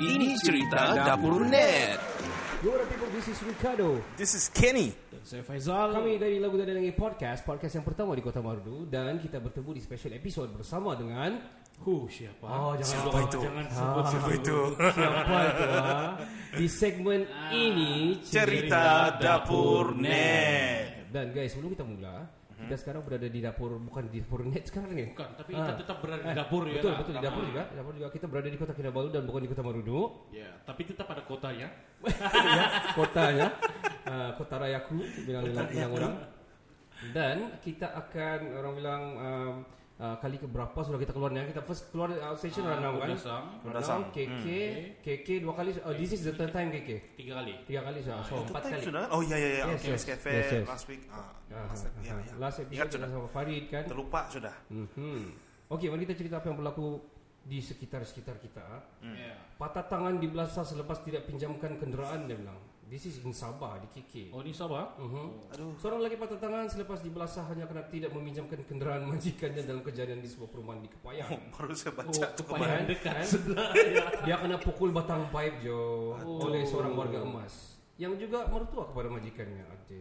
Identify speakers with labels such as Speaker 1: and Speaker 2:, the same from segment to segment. Speaker 1: Ini cerita dapur net.
Speaker 2: Yo, what up, people? This is Ricardo.
Speaker 3: This is Kenny.
Speaker 4: Saya Faizal.
Speaker 2: Kami dari Lagu dan Nengi Podcast, podcast yang pertama di Kota Marudu dan kita bertemu di special episode bersama dengan
Speaker 4: Huh, siapa?
Speaker 2: Oh, jangan
Speaker 4: siapa
Speaker 2: sebut,
Speaker 4: itu? Jangan
Speaker 2: Ah,
Speaker 4: sebut siapa itu.
Speaker 2: siapa itu? ah? Di segmen ini
Speaker 3: Cerita dapur net.
Speaker 2: Dan guys, sebelum kita mula, kita sekarang berada di dapur bukan di dapur net sekarang ni.
Speaker 4: Bukan, tapi
Speaker 2: Ah.
Speaker 4: kita tetap berada di dapur ya.
Speaker 2: Betul,
Speaker 4: Kak.
Speaker 2: betul di dapur juga. Di Dapur juga kita berada di Kota Kinabalu dan bukan di Kota Marudu.
Speaker 4: Ya, tapi tetap pada kotanya.
Speaker 2: ya, kotanya uh, kota rayaku bilang bilang, bilang orang dan kita akan orang bilang um, uh, kali ke berapa sudah kita keluar ni ya. kita first keluar dari outstation ah,
Speaker 4: Ah,
Speaker 2: Ranau kan
Speaker 4: Kudasang.
Speaker 2: Ranau KK
Speaker 3: Hmm.
Speaker 2: KK dua kali uh, this is the third time KK
Speaker 4: Tiga kali.
Speaker 2: tiga kali sudah so empat
Speaker 3: Time
Speaker 2: kali
Speaker 3: sudah? Oh ya ya ya.
Speaker 2: Yes,
Speaker 3: Okay,
Speaker 2: yes,
Speaker 3: Miss Cafe
Speaker 2: yes, yes.
Speaker 3: last week. Ah,
Speaker 2: Ah,
Speaker 3: last,
Speaker 2: ah,
Speaker 3: ya,
Speaker 2: ah.
Speaker 3: ya.
Speaker 2: last
Speaker 3: Ingat
Speaker 2: episode
Speaker 3: sudah.
Speaker 2: kita sama Farid kan
Speaker 3: Terlupa sudah.
Speaker 2: Mhm. Okey, mari kita cerita apa yang berlaku di sekitar-sekitar kita.
Speaker 4: Ya.
Speaker 2: Patah tangan di Belasah selepas tidak pinjamkan kenderaan dia bilang. This is in Sabah di KK.
Speaker 4: Oh, ini Sabah?
Speaker 2: Mhm. Seorang lelaki patah tangan selepas dibelasah hanya kerana tidak meminjamkan kenderaan majikannya dalam kejadian di sebuah perumahan di Kepayan.
Speaker 3: Baru saya
Speaker 4: Oh,
Speaker 3: baca tu
Speaker 4: kepayahan
Speaker 2: kemarin.
Speaker 4: dekat
Speaker 2: Kan?
Speaker 4: sebelah.
Speaker 2: Dia kena pukul batang pipe jo oleh seorang warga emas yang juga mertua kepada majikannya. Aduh.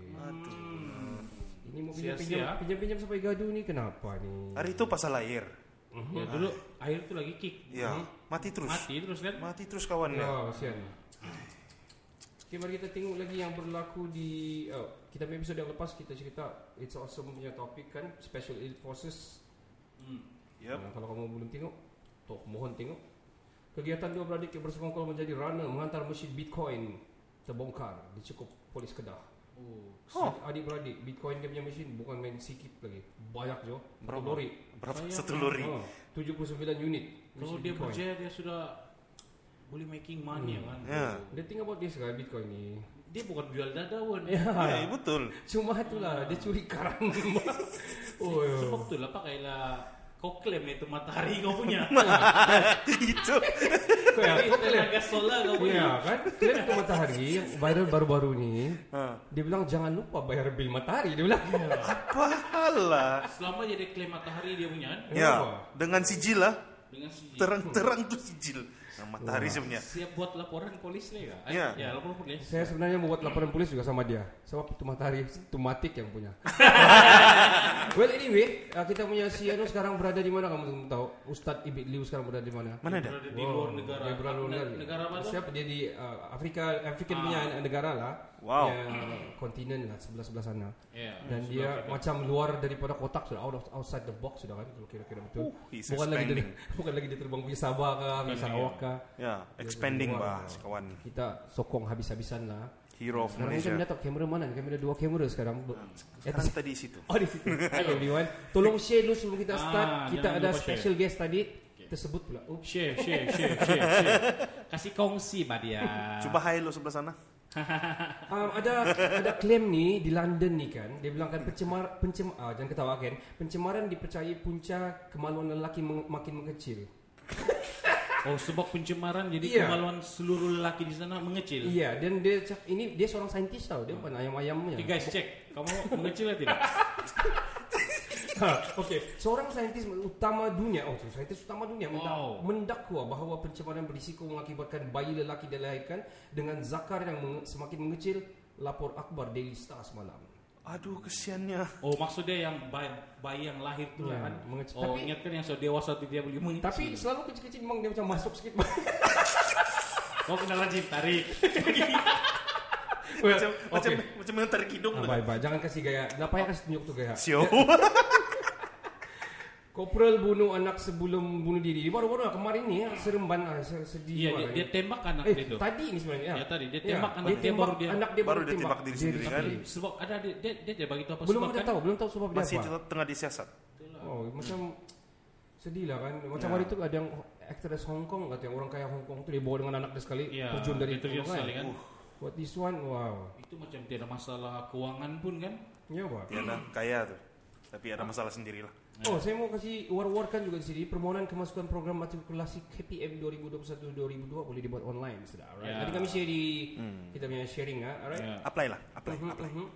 Speaker 2: Ini mau
Speaker 4: Sia-sia.
Speaker 2: pinjam-pinjam pinjam-pinjam sampai gaduh ni kenapa ni?
Speaker 3: Hari itu pasal lahir.
Speaker 2: Uh-huh.
Speaker 4: ya, dulu air tuh lagi kick.
Speaker 3: Ya.
Speaker 2: Hmm?
Speaker 3: Mati terus.
Speaker 4: Mati terus kan?
Speaker 3: Mati terus kawan ya.
Speaker 2: Ya, kesian. Okay, mari kita tengok lagi yang berlaku di oh, kita punya episode yang lepas kita cerita it's awesome punya topik kan special air forces
Speaker 3: Yep.
Speaker 2: Nah, kalau kamu belum tengok, toh mohon tengok. Kegiatan dua beradik yang bersekongkol menjadi runner menghantar mesin Bitcoin terbongkar di cukup polis Kedah.
Speaker 4: Oh.
Speaker 2: Oh. Adik beradik Bitcoin dia punya mesin bukan main sikit lagi. Banyak jo. Berapa lori?
Speaker 3: Berapa
Speaker 4: Saya-
Speaker 3: satu lori?
Speaker 2: Oh, 79 unit.
Speaker 4: Kalau
Speaker 2: mesin
Speaker 4: dia
Speaker 2: Bitcoin.
Speaker 4: berjaya dia sudah boleh making
Speaker 2: Hmm.
Speaker 4: money ya kan.
Speaker 3: Ya.
Speaker 2: Dia think about this kan Bitcoin ni.
Speaker 4: Dia bukan jual dadawan.
Speaker 3: Ya, betul.
Speaker 2: Cuma itulah dia curi karang. oh, yo.
Speaker 4: Sebab tu lah pakailah kau claim itu matahari kau punya.
Speaker 3: itu.
Speaker 2: Kau ya,
Speaker 4: Itu
Speaker 2: kau kena
Speaker 4: tenaga solar kau punya.
Speaker 2: Ya kan Klaim ke matahari Yang viral baru-baru ni
Speaker 3: Ha.
Speaker 2: Dia bilang jangan lupa bayar bil matahari Dia bilang
Speaker 3: Apa hal lah?
Speaker 4: Selama jadi klaim matahari dia punya
Speaker 2: Oh.
Speaker 4: kan?
Speaker 3: Ya, dengan sijil lah.
Speaker 4: dengan si
Speaker 3: Terang-terang tu sijil. Nah, matahari sebenarnya.
Speaker 4: siap buat laporan polis ni kan?
Speaker 3: Ya.
Speaker 4: Ya, laporan polis.
Speaker 2: Saya sebenarnya membuat laporan polis juga sama dia Sebab itu matahari itu matik yang punya Well anyway uh, Kita punya si Anu sekarang berada di mana kamu tahu Ustadz Ibit Liu sekarang berada di mana
Speaker 3: Mana dah?
Speaker 4: Berada di luar negara.
Speaker 2: Oh, Dia berada di luar
Speaker 4: Ne- negara apa? tu? Ah.
Speaker 2: Siapa dia di uh, Afrika Afrika punya negara lah
Speaker 3: Wow.
Speaker 2: Ya, Kontinen lah sebelah-sebelah sana
Speaker 4: Ya.
Speaker 2: dan dia macam luar daripada kotak sudah out of, outside the box sudah kan kalau kira-kira betul.
Speaker 3: Uh, he's
Speaker 2: bukan lagi dia,
Speaker 3: expanding.
Speaker 2: bukan lagi dia terbang pergi Sabah ke pergi Sarawak ke.
Speaker 3: Ya, expanding bah, kawan.
Speaker 2: Kita sokong habis-habisan lah.
Speaker 3: Hero of
Speaker 2: Sekarang kita
Speaker 3: Malaysia. Ah,
Speaker 2: minta tahu kamera mana? Kamera dua kamera sekarang. Be- Eh,
Speaker 3: Sekarang tadi situ.
Speaker 2: Oh di situ. Hi everyone. Tolong share dulu sebelum kita
Speaker 4: Ah,
Speaker 2: start. kita
Speaker 4: jangan
Speaker 2: ada
Speaker 4: lupa
Speaker 2: special guest tadi. Tersebut pula. Oh, Oops.
Speaker 4: Share, share, share, share, share. Kasih kongsi bah dia.
Speaker 3: Coba hai lo sebelah sana.
Speaker 2: Um, ada ada klaim ni di London ni kan dia bilang kan pencemar pencem ah, jangan ketawa kan pencemaran dipercayai punca kemaluan lelaki meng, makin mengecil.
Speaker 4: Oh, sebab pencemaran
Speaker 2: Iya.
Speaker 4: jadi kemaluan seluruh lelaki di sana mengecil.
Speaker 2: Iya, dan dia cak- ini dia seorang saintis tau, dia bukan ayam-ayamnya.
Speaker 4: Okay, guys, cek. Kamu mengecil atau tidak? Ah,
Speaker 2: Okey, seorang saintis utama dunia, oh sorry, saintis utama dunia mendak-
Speaker 4: Wow.
Speaker 2: mendakwa bahawa pencemaran berisiko mengakibatkan bayi lelaki dilahirkan dengan zakar yang menge- semakin mengecil, lapor akhbar Daily Star semalam.
Speaker 3: Aduh, kesiannya.
Speaker 4: Oh, maksudnya yang bayi, bayi yang lahir tu
Speaker 2: Ya,
Speaker 4: kan.
Speaker 2: mengecil.
Speaker 4: Oh,
Speaker 2: Tapi-
Speaker 4: ingatkan yang sudah dewasa tu dia boleh mengecil.
Speaker 2: Tapi selalu kecil-kecil memang dia macam masuk sikit.
Speaker 4: kau kena rajin Oh, tarik.
Speaker 3: Macam macam macam yang tarik hidung.
Speaker 2: Ah, bye bye. Jangan kasih gaya. Nggak payah kasih tunjuk tu gaya.
Speaker 3: Sio.
Speaker 2: Kopral bunuh anak sebelum bunuh diri. Baru-baru lah kemarin ni ya, seremban ah, se- sedih.
Speaker 4: Iya, dia,
Speaker 2: juga
Speaker 4: dia
Speaker 2: ni.
Speaker 4: tembak anak
Speaker 2: eh,
Speaker 4: dia tu.
Speaker 2: tadi ni sebenarnya.
Speaker 4: Ya, tadi. Dia tembak anak dia,
Speaker 2: tembak
Speaker 4: baru dia-
Speaker 2: Anak dia
Speaker 3: Baru dia tembak diri sendiri, kan?
Speaker 4: Sebab ada dia dia, dia, dia bagi tahu apa
Speaker 2: Belum
Speaker 4: sebab kan-
Speaker 2: ada tahu, belum tahu sebab dia
Speaker 3: Masih
Speaker 2: apa.
Speaker 3: tetap tengah disiasat.
Speaker 2: Oh, macam sedih lah kan. Macam
Speaker 3: Ya.
Speaker 2: hari tu ada yang aktris Hong Kong kata yang orang kaya Hong Kong tu dia bawa dengan anak dia sekali
Speaker 4: Ya,
Speaker 2: terjun dari
Speaker 4: dia terjun
Speaker 2: tu
Speaker 4: sekali kan.
Speaker 2: What this one? Wow.
Speaker 4: Itu macam tiada masalah keuangan pun kan?
Speaker 2: Ya, Pak.
Speaker 3: Ya nah, kaya tuh. Tapi ada masalah sendirilah.
Speaker 2: Oh, saya mau kasih war-warkan juga di sini. Permohonan kemasukan program matrikulasi KPM 2021-2022 boleh dibuat online, sudah. Alright.
Speaker 4: Ya.
Speaker 2: Nanti kami share di kita punya sharing ah. Alright.
Speaker 4: Ya.
Speaker 3: Apply lah, apply,
Speaker 2: Mhm,
Speaker 3: apply.
Speaker 2: mhm.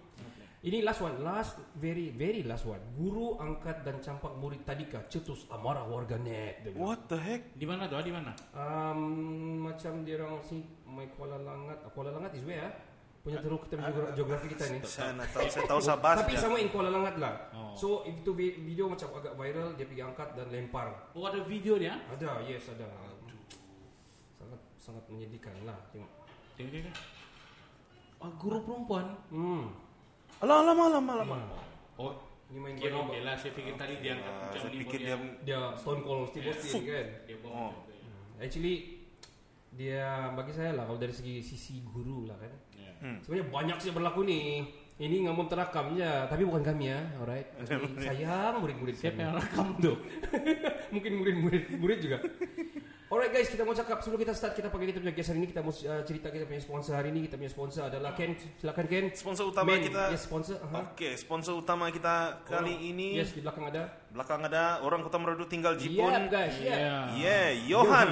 Speaker 2: Ini last one, last very very last one. Guru angkat dan campak murid tadika cetus amarah warga net. Dia bilang.
Speaker 3: What the heck?
Speaker 4: Di mana tuh? Di mana?
Speaker 2: Um, macam dia orang sini main Kuala Langat. Ah, Kuala Langat is where? ah? Punya teruk kita punya geogra- geografi kita ni.
Speaker 3: Saya nak tahu, saya tahu Sabah. Eh,
Speaker 2: Tapi
Speaker 3: saja.
Speaker 2: sama in Kuala Langat lah.
Speaker 4: Oh.
Speaker 2: So itu vi- video macam agak viral dia pergi angkat dan lempar.
Speaker 4: Oh ada video dia?
Speaker 2: Ada, yes ada. Sangat sangat menyedihkan lah tengok.
Speaker 4: Tengok tengok. Oh, guru perempuan.
Speaker 2: Hmm.
Speaker 3: Alah, lama, lama, lama.
Speaker 4: Oh,
Speaker 2: Ini main
Speaker 4: kira
Speaker 2: game.
Speaker 4: okey lah. Saya pikir tadi dia angkat
Speaker 3: Ah,
Speaker 4: macam
Speaker 3: saya
Speaker 4: ni
Speaker 3: pikir
Speaker 4: pun
Speaker 3: dia
Speaker 2: Dia stone cold mesti
Speaker 4: Iya.
Speaker 2: posting kan.
Speaker 4: dia buang
Speaker 3: Oh.
Speaker 4: macam tu.
Speaker 2: Actually dia bagi saya lah kalau dari segi sisi guru lah kan.
Speaker 4: Ya.
Speaker 2: Sebenarnya banyak sih yang berlaku nih. Ini ngomong terakam ya, tapi bukan kami ya, alright. Kami sayang murid-murid
Speaker 4: Siapa
Speaker 2: kami.
Speaker 4: yang rekam tuh?
Speaker 2: Mungkin murid-murid murid juga. Alright guys, kita mau cakap sebelum kita start kita pakai kita punya guest hari ini kita mau uh, cerita kita punya sponsor hari ini kita punya sponsor adalah Ken. Silakan Ken.
Speaker 3: Sponsor utama
Speaker 2: Men,
Speaker 3: kita-
Speaker 2: Yes, sponsor. Aha.
Speaker 3: Oke, sponsor utama kita kali ini.
Speaker 2: Yes, Iya, di belakang ada.
Speaker 3: Belakang ada orang Kota Merdu tinggal
Speaker 2: Yeah,
Speaker 3: Jipun.
Speaker 4: Ya.
Speaker 2: guys. Iya, Yeah.
Speaker 3: Yeah, Johan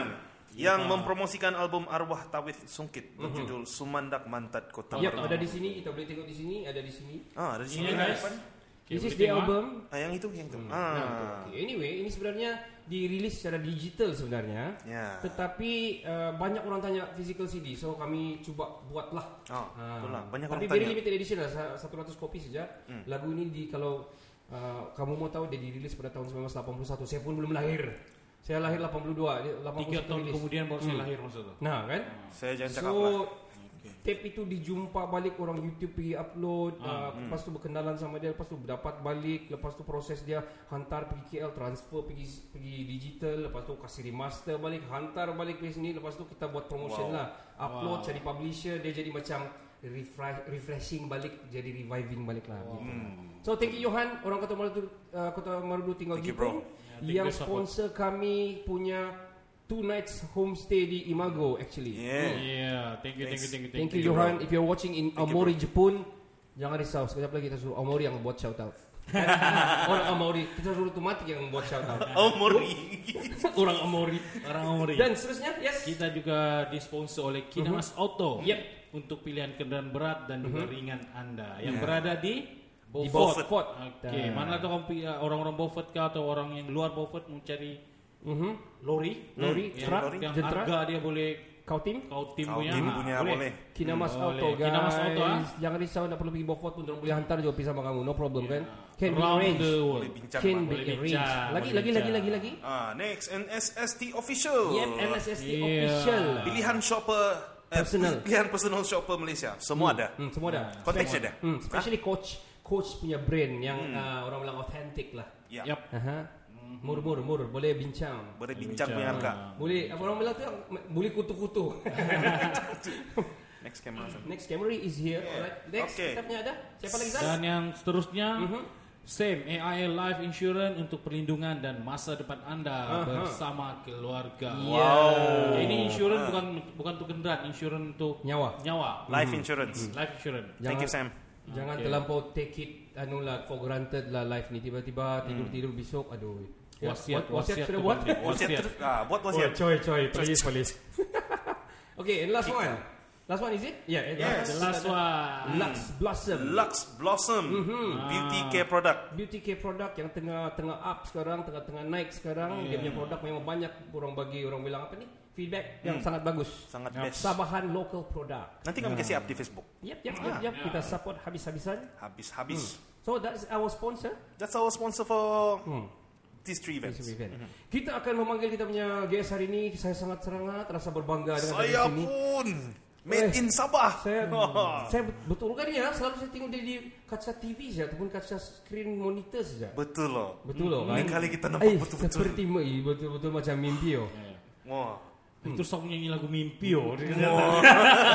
Speaker 2: Iya,
Speaker 3: yang mempromosikan album Arwah Tawid Sungkit berjudul Sumandak Mantat
Speaker 2: Yep,
Speaker 3: Kota
Speaker 2: Mhm.
Speaker 3: Merdu.
Speaker 2: Iya, ada di sini kita boleh tengok di sini, ada di sini.
Speaker 3: Ah, ada di sini.
Speaker 4: Ini guys. Okay,
Speaker 2: This is
Speaker 4: boleh
Speaker 2: the
Speaker 4: tengok, ah?
Speaker 2: album.
Speaker 3: Ah, yang itu, yang itu.
Speaker 2: Nah, betul.
Speaker 3: Ah.
Speaker 2: Okay, Anyway, ini sebenarnya dirilis secara digital sebenarnya.
Speaker 3: Ya.
Speaker 2: Tetapi uh, banyak orang tanya physical CD, so kami cuba buatlah.
Speaker 3: Oh,
Speaker 2: Ah,
Speaker 3: itulah. Banyak
Speaker 2: Tapi very
Speaker 3: orang tanya. Hmm.
Speaker 2: limited edition lah, sa- 100 kopi saja. Lagu ini di kalau uh, kamu mau tahu dia dirilis pada tahun 1981. Saya pun belum lahir. Saya lahir 82, dia 81
Speaker 4: Tiga tahun
Speaker 2: rilis.
Speaker 4: kemudian baru
Speaker 3: Hmm.
Speaker 4: saya lahir maksud tu.
Speaker 2: Nah, kan?
Speaker 3: Saya jangan cakap
Speaker 2: so
Speaker 3: lah. Ah,
Speaker 2: tape itu dijumpa balik orang YouTube pergi upload uh,
Speaker 3: hmm.
Speaker 2: lepas tu berkenalan sama dia lepas tu dapat balik lepas tu proses dia hantar pergi KL transfer pergi pergi digital lepas tu kasih remaster balik hantar balik ke sini lepas tu kita buat promotion lah upload cari publisher dia jadi macam refresh, refreshing balik jadi reviving balik lah gitu. So thank you Johan orang Kota Marudu uh, Kota Marudu tinggal
Speaker 3: Thank you,
Speaker 2: Jepun,
Speaker 3: bro.
Speaker 2: yang
Speaker 4: Ya, you, support.
Speaker 2: sponsor kami punya two nights homestay di Imago actually.
Speaker 3: Yeah.
Speaker 4: Yeah, Ya, thank you, thank you, thank you,
Speaker 2: Thank you Johan if you're watching in Amori Jepun jangan risau sekejap lagi kita suruh Amori yang buat shout out. orang Amori kita suruh Tumatik yang buat shout out.
Speaker 3: Oh, Mori.
Speaker 2: orang Amori.
Speaker 4: Orang Omori.
Speaker 2: Dan seterusnya yes.
Speaker 4: Kita juga disponsor oleh Kinamas Auto.
Speaker 2: Yep.
Speaker 4: Untuk pilihan kendaraan berat dan juga ringan Anda yang berada di
Speaker 2: Beaufort.
Speaker 4: Beaufort.
Speaker 2: Nah.
Speaker 4: Oke, mana tuh kamu pi- eh, orang-orang Beaufort kah atau orang yang luar Beaufort mau cari
Speaker 2: Mhm.
Speaker 4: Hmm, iya, lori?
Speaker 2: Lori,
Speaker 4: Yang-
Speaker 2: truk,
Speaker 4: yang
Speaker 2: jentera.
Speaker 4: harga dia boleh
Speaker 2: Kau tim?
Speaker 4: kau tim
Speaker 3: Kau
Speaker 4: punya.
Speaker 3: tim
Speaker 4: ah,
Speaker 3: punya, boleh.
Speaker 2: Kinamas
Speaker 4: Boleh.
Speaker 2: Auto guys.
Speaker 4: Kinamas Auto, ah.
Speaker 2: Jangan risau nak perlu pergi Beaufort pun orang boleh hantar juga pergi sama kamu. No problem kan? Can be
Speaker 4: Iya. Round
Speaker 2: arranged.
Speaker 4: the
Speaker 3: Boleh
Speaker 4: world.
Speaker 3: bincang.
Speaker 2: Can
Speaker 3: Bang.
Speaker 2: be
Speaker 4: Boleh
Speaker 2: arranged.
Speaker 4: bincang,
Speaker 2: Lagi lagi
Speaker 4: boleh Iya.
Speaker 2: lagi
Speaker 4: bincang.
Speaker 2: lagi lagi.
Speaker 3: Ah, next NSST official.
Speaker 2: Yep, MSST
Speaker 4: Yeah.
Speaker 2: official.
Speaker 4: Iya.
Speaker 3: Pilihan shopper eh,
Speaker 2: Personal.
Speaker 3: pilihan personal shopper Malaysia. Semua ada.
Speaker 2: Hmm, semua dah.
Speaker 3: Kontak saya dah.
Speaker 2: Hmm, especially
Speaker 3: Ha?
Speaker 2: coach coach punya brand yang
Speaker 3: Hmm.
Speaker 2: uh, orang bilang authentic lah.
Speaker 3: Ya.
Speaker 4: Yap.
Speaker 2: Aha. Mur mur mur boleh bincang. Hmm.
Speaker 3: Boleh bincang punya harga.
Speaker 2: Boleh apa orang bilang tu yang m- boleh kutu-kutu.
Speaker 3: Next camera. Sam.
Speaker 2: Next Camry is here. Alright. Next
Speaker 3: Okay.
Speaker 2: kita punya ada. Siapa lagi Zal?
Speaker 4: Dan yang seterusnya
Speaker 2: Mhm.
Speaker 4: Same AIL Life Insurance untuk perlindungan dan masa depan Anda bersama keluarga. Wow. Ini insurance bukan bukan untuk kendaraan, insurance untuk
Speaker 2: Nyawa.
Speaker 4: nyawa.
Speaker 3: Life insurance.
Speaker 4: Life insurance.
Speaker 3: Thank you Sam.
Speaker 2: Hmm. Jangan
Speaker 4: Okay.
Speaker 2: terlampau take it anu lah for granted lah life ni tiba-tiba tidur-tidur besok aduh. Ya,
Speaker 4: Wasiat,
Speaker 2: wa- wasiat
Speaker 4: wasiat
Speaker 2: sudah
Speaker 4: tu
Speaker 2: buat.
Speaker 4: penting.
Speaker 3: Wasiat.
Speaker 4: Wasiat.
Speaker 3: ter- Ah, buat
Speaker 2: Oh,
Speaker 3: wasiat.
Speaker 2: coy coy please please. okay, and last one. Last one is it? Yeah, and
Speaker 3: Yes.
Speaker 4: The last one.
Speaker 2: Lux Blossom.
Speaker 3: Hmm. Lux Blossom
Speaker 2: Mm-hmm.
Speaker 3: Beauty
Speaker 2: Ah.
Speaker 3: Care Product.
Speaker 2: beauty care product yang tengah tengah up sekarang, tengah-tengah naik
Speaker 3: Hmm.
Speaker 2: sekarang, dia punya produk memang banyak orang bagi orang bilang apa ni? Feedback yang sangat bagus.
Speaker 3: Hmm. Sangat
Speaker 4: Yap.
Speaker 3: best.
Speaker 2: Sabahan local product.
Speaker 3: Nanti kami kasih up di Facebook.
Speaker 2: Yep, yep, yep,
Speaker 3: Ah.
Speaker 2: yep. Kita support habis-habisan.
Speaker 3: Habis-habis.
Speaker 2: So that's our sponsor.
Speaker 3: That's our sponsor for
Speaker 2: Hmm.
Speaker 3: these three events.
Speaker 2: This event. Kita akan memanggil kita punya guest hari ini. Saya sangat serangat, rasa berbangga dengan
Speaker 3: Saya
Speaker 2: dia di sini. Eh,
Speaker 3: pun made in Sabah.
Speaker 2: Saya saya bet- betul kan ya, selalu saya tengok dia di kaca TV saja ataupun kaca screen monitor saja.
Speaker 3: Betul loh.
Speaker 2: Betul loh kan?
Speaker 3: Lain kali kita nampak
Speaker 2: Eh,
Speaker 3: betul-betul.
Speaker 2: Seperti me- betul-betul macam mimpi oh.
Speaker 3: Wah.
Speaker 4: Itu song nyanyi lagu mimpi oh. Dia kata,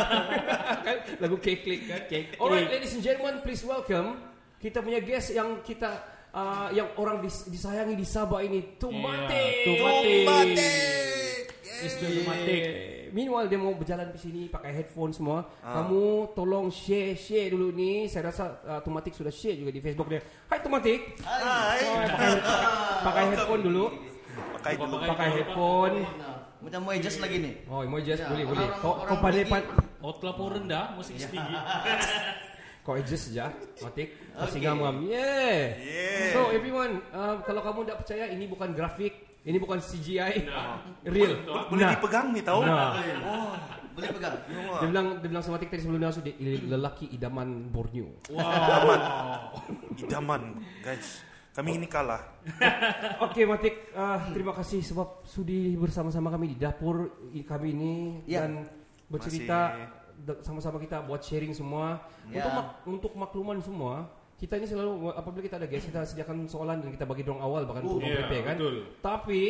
Speaker 2: kan lagu keklik kan
Speaker 4: Keklik.
Speaker 2: alright ladies and gentlemen please welcome kita punya guest yang kita uh, yang orang dis- disayangi di Sabah ini Tumate
Speaker 4: Yeah, Tumate.
Speaker 3: Batik.
Speaker 4: It's the romantic.
Speaker 2: Meanwhile dia mau berjalan di sini pakai headphone semua.
Speaker 3: Ah.
Speaker 2: Kamu tolong share share dulu ni. Saya rasa uh, Tumatik sudah share juga di Facebook dia. Hai Tumatik.
Speaker 5: Hai.
Speaker 2: Hai, pakai, pakai headphone dulu.
Speaker 3: Pakai dulu.
Speaker 2: Pakai headphone.
Speaker 5: Macam mau adjust lagi nih.
Speaker 2: Oh, mau just
Speaker 5: Ya,
Speaker 2: boleh boleh.
Speaker 5: orang-
Speaker 2: Kau
Speaker 5: orang
Speaker 2: kau pandai
Speaker 5: pergi-
Speaker 2: pan-
Speaker 4: Outlaw pun rendah, musik tinggi.
Speaker 2: coexist saja Matik
Speaker 5: Okay.
Speaker 2: Sehingga mengam Yeah
Speaker 3: Yeah.
Speaker 2: So everyone uh, Kalau kamu tak percaya Ini bukan grafik Ini bukan CGI Real
Speaker 3: Boleh
Speaker 2: Nah.
Speaker 3: dipegang ni tahu.
Speaker 2: Nah.
Speaker 3: Oh,
Speaker 5: Boleh pegang.
Speaker 2: Dia bilang dia bilang sama Tik tadi sebelum dia masuk dia lelaki idaman Borneo.
Speaker 3: idaman guys. Kami ini kalah.
Speaker 2: Okey Matik, ah, terima kasih sebab sudi bersama-sama kami di dapur i- kami ini
Speaker 5: Ya.
Speaker 2: dan bercerita de- sama-sama kita buat sharing semua.
Speaker 5: Ya.
Speaker 2: Untuk mak- untuk makluman semua, kita ini selalu apabila kita ada guest kita sediakan soalan dan kita bagi dorong awal bahkan untuk
Speaker 4: ya,
Speaker 2: prepare kan.
Speaker 4: betul.
Speaker 2: Tapi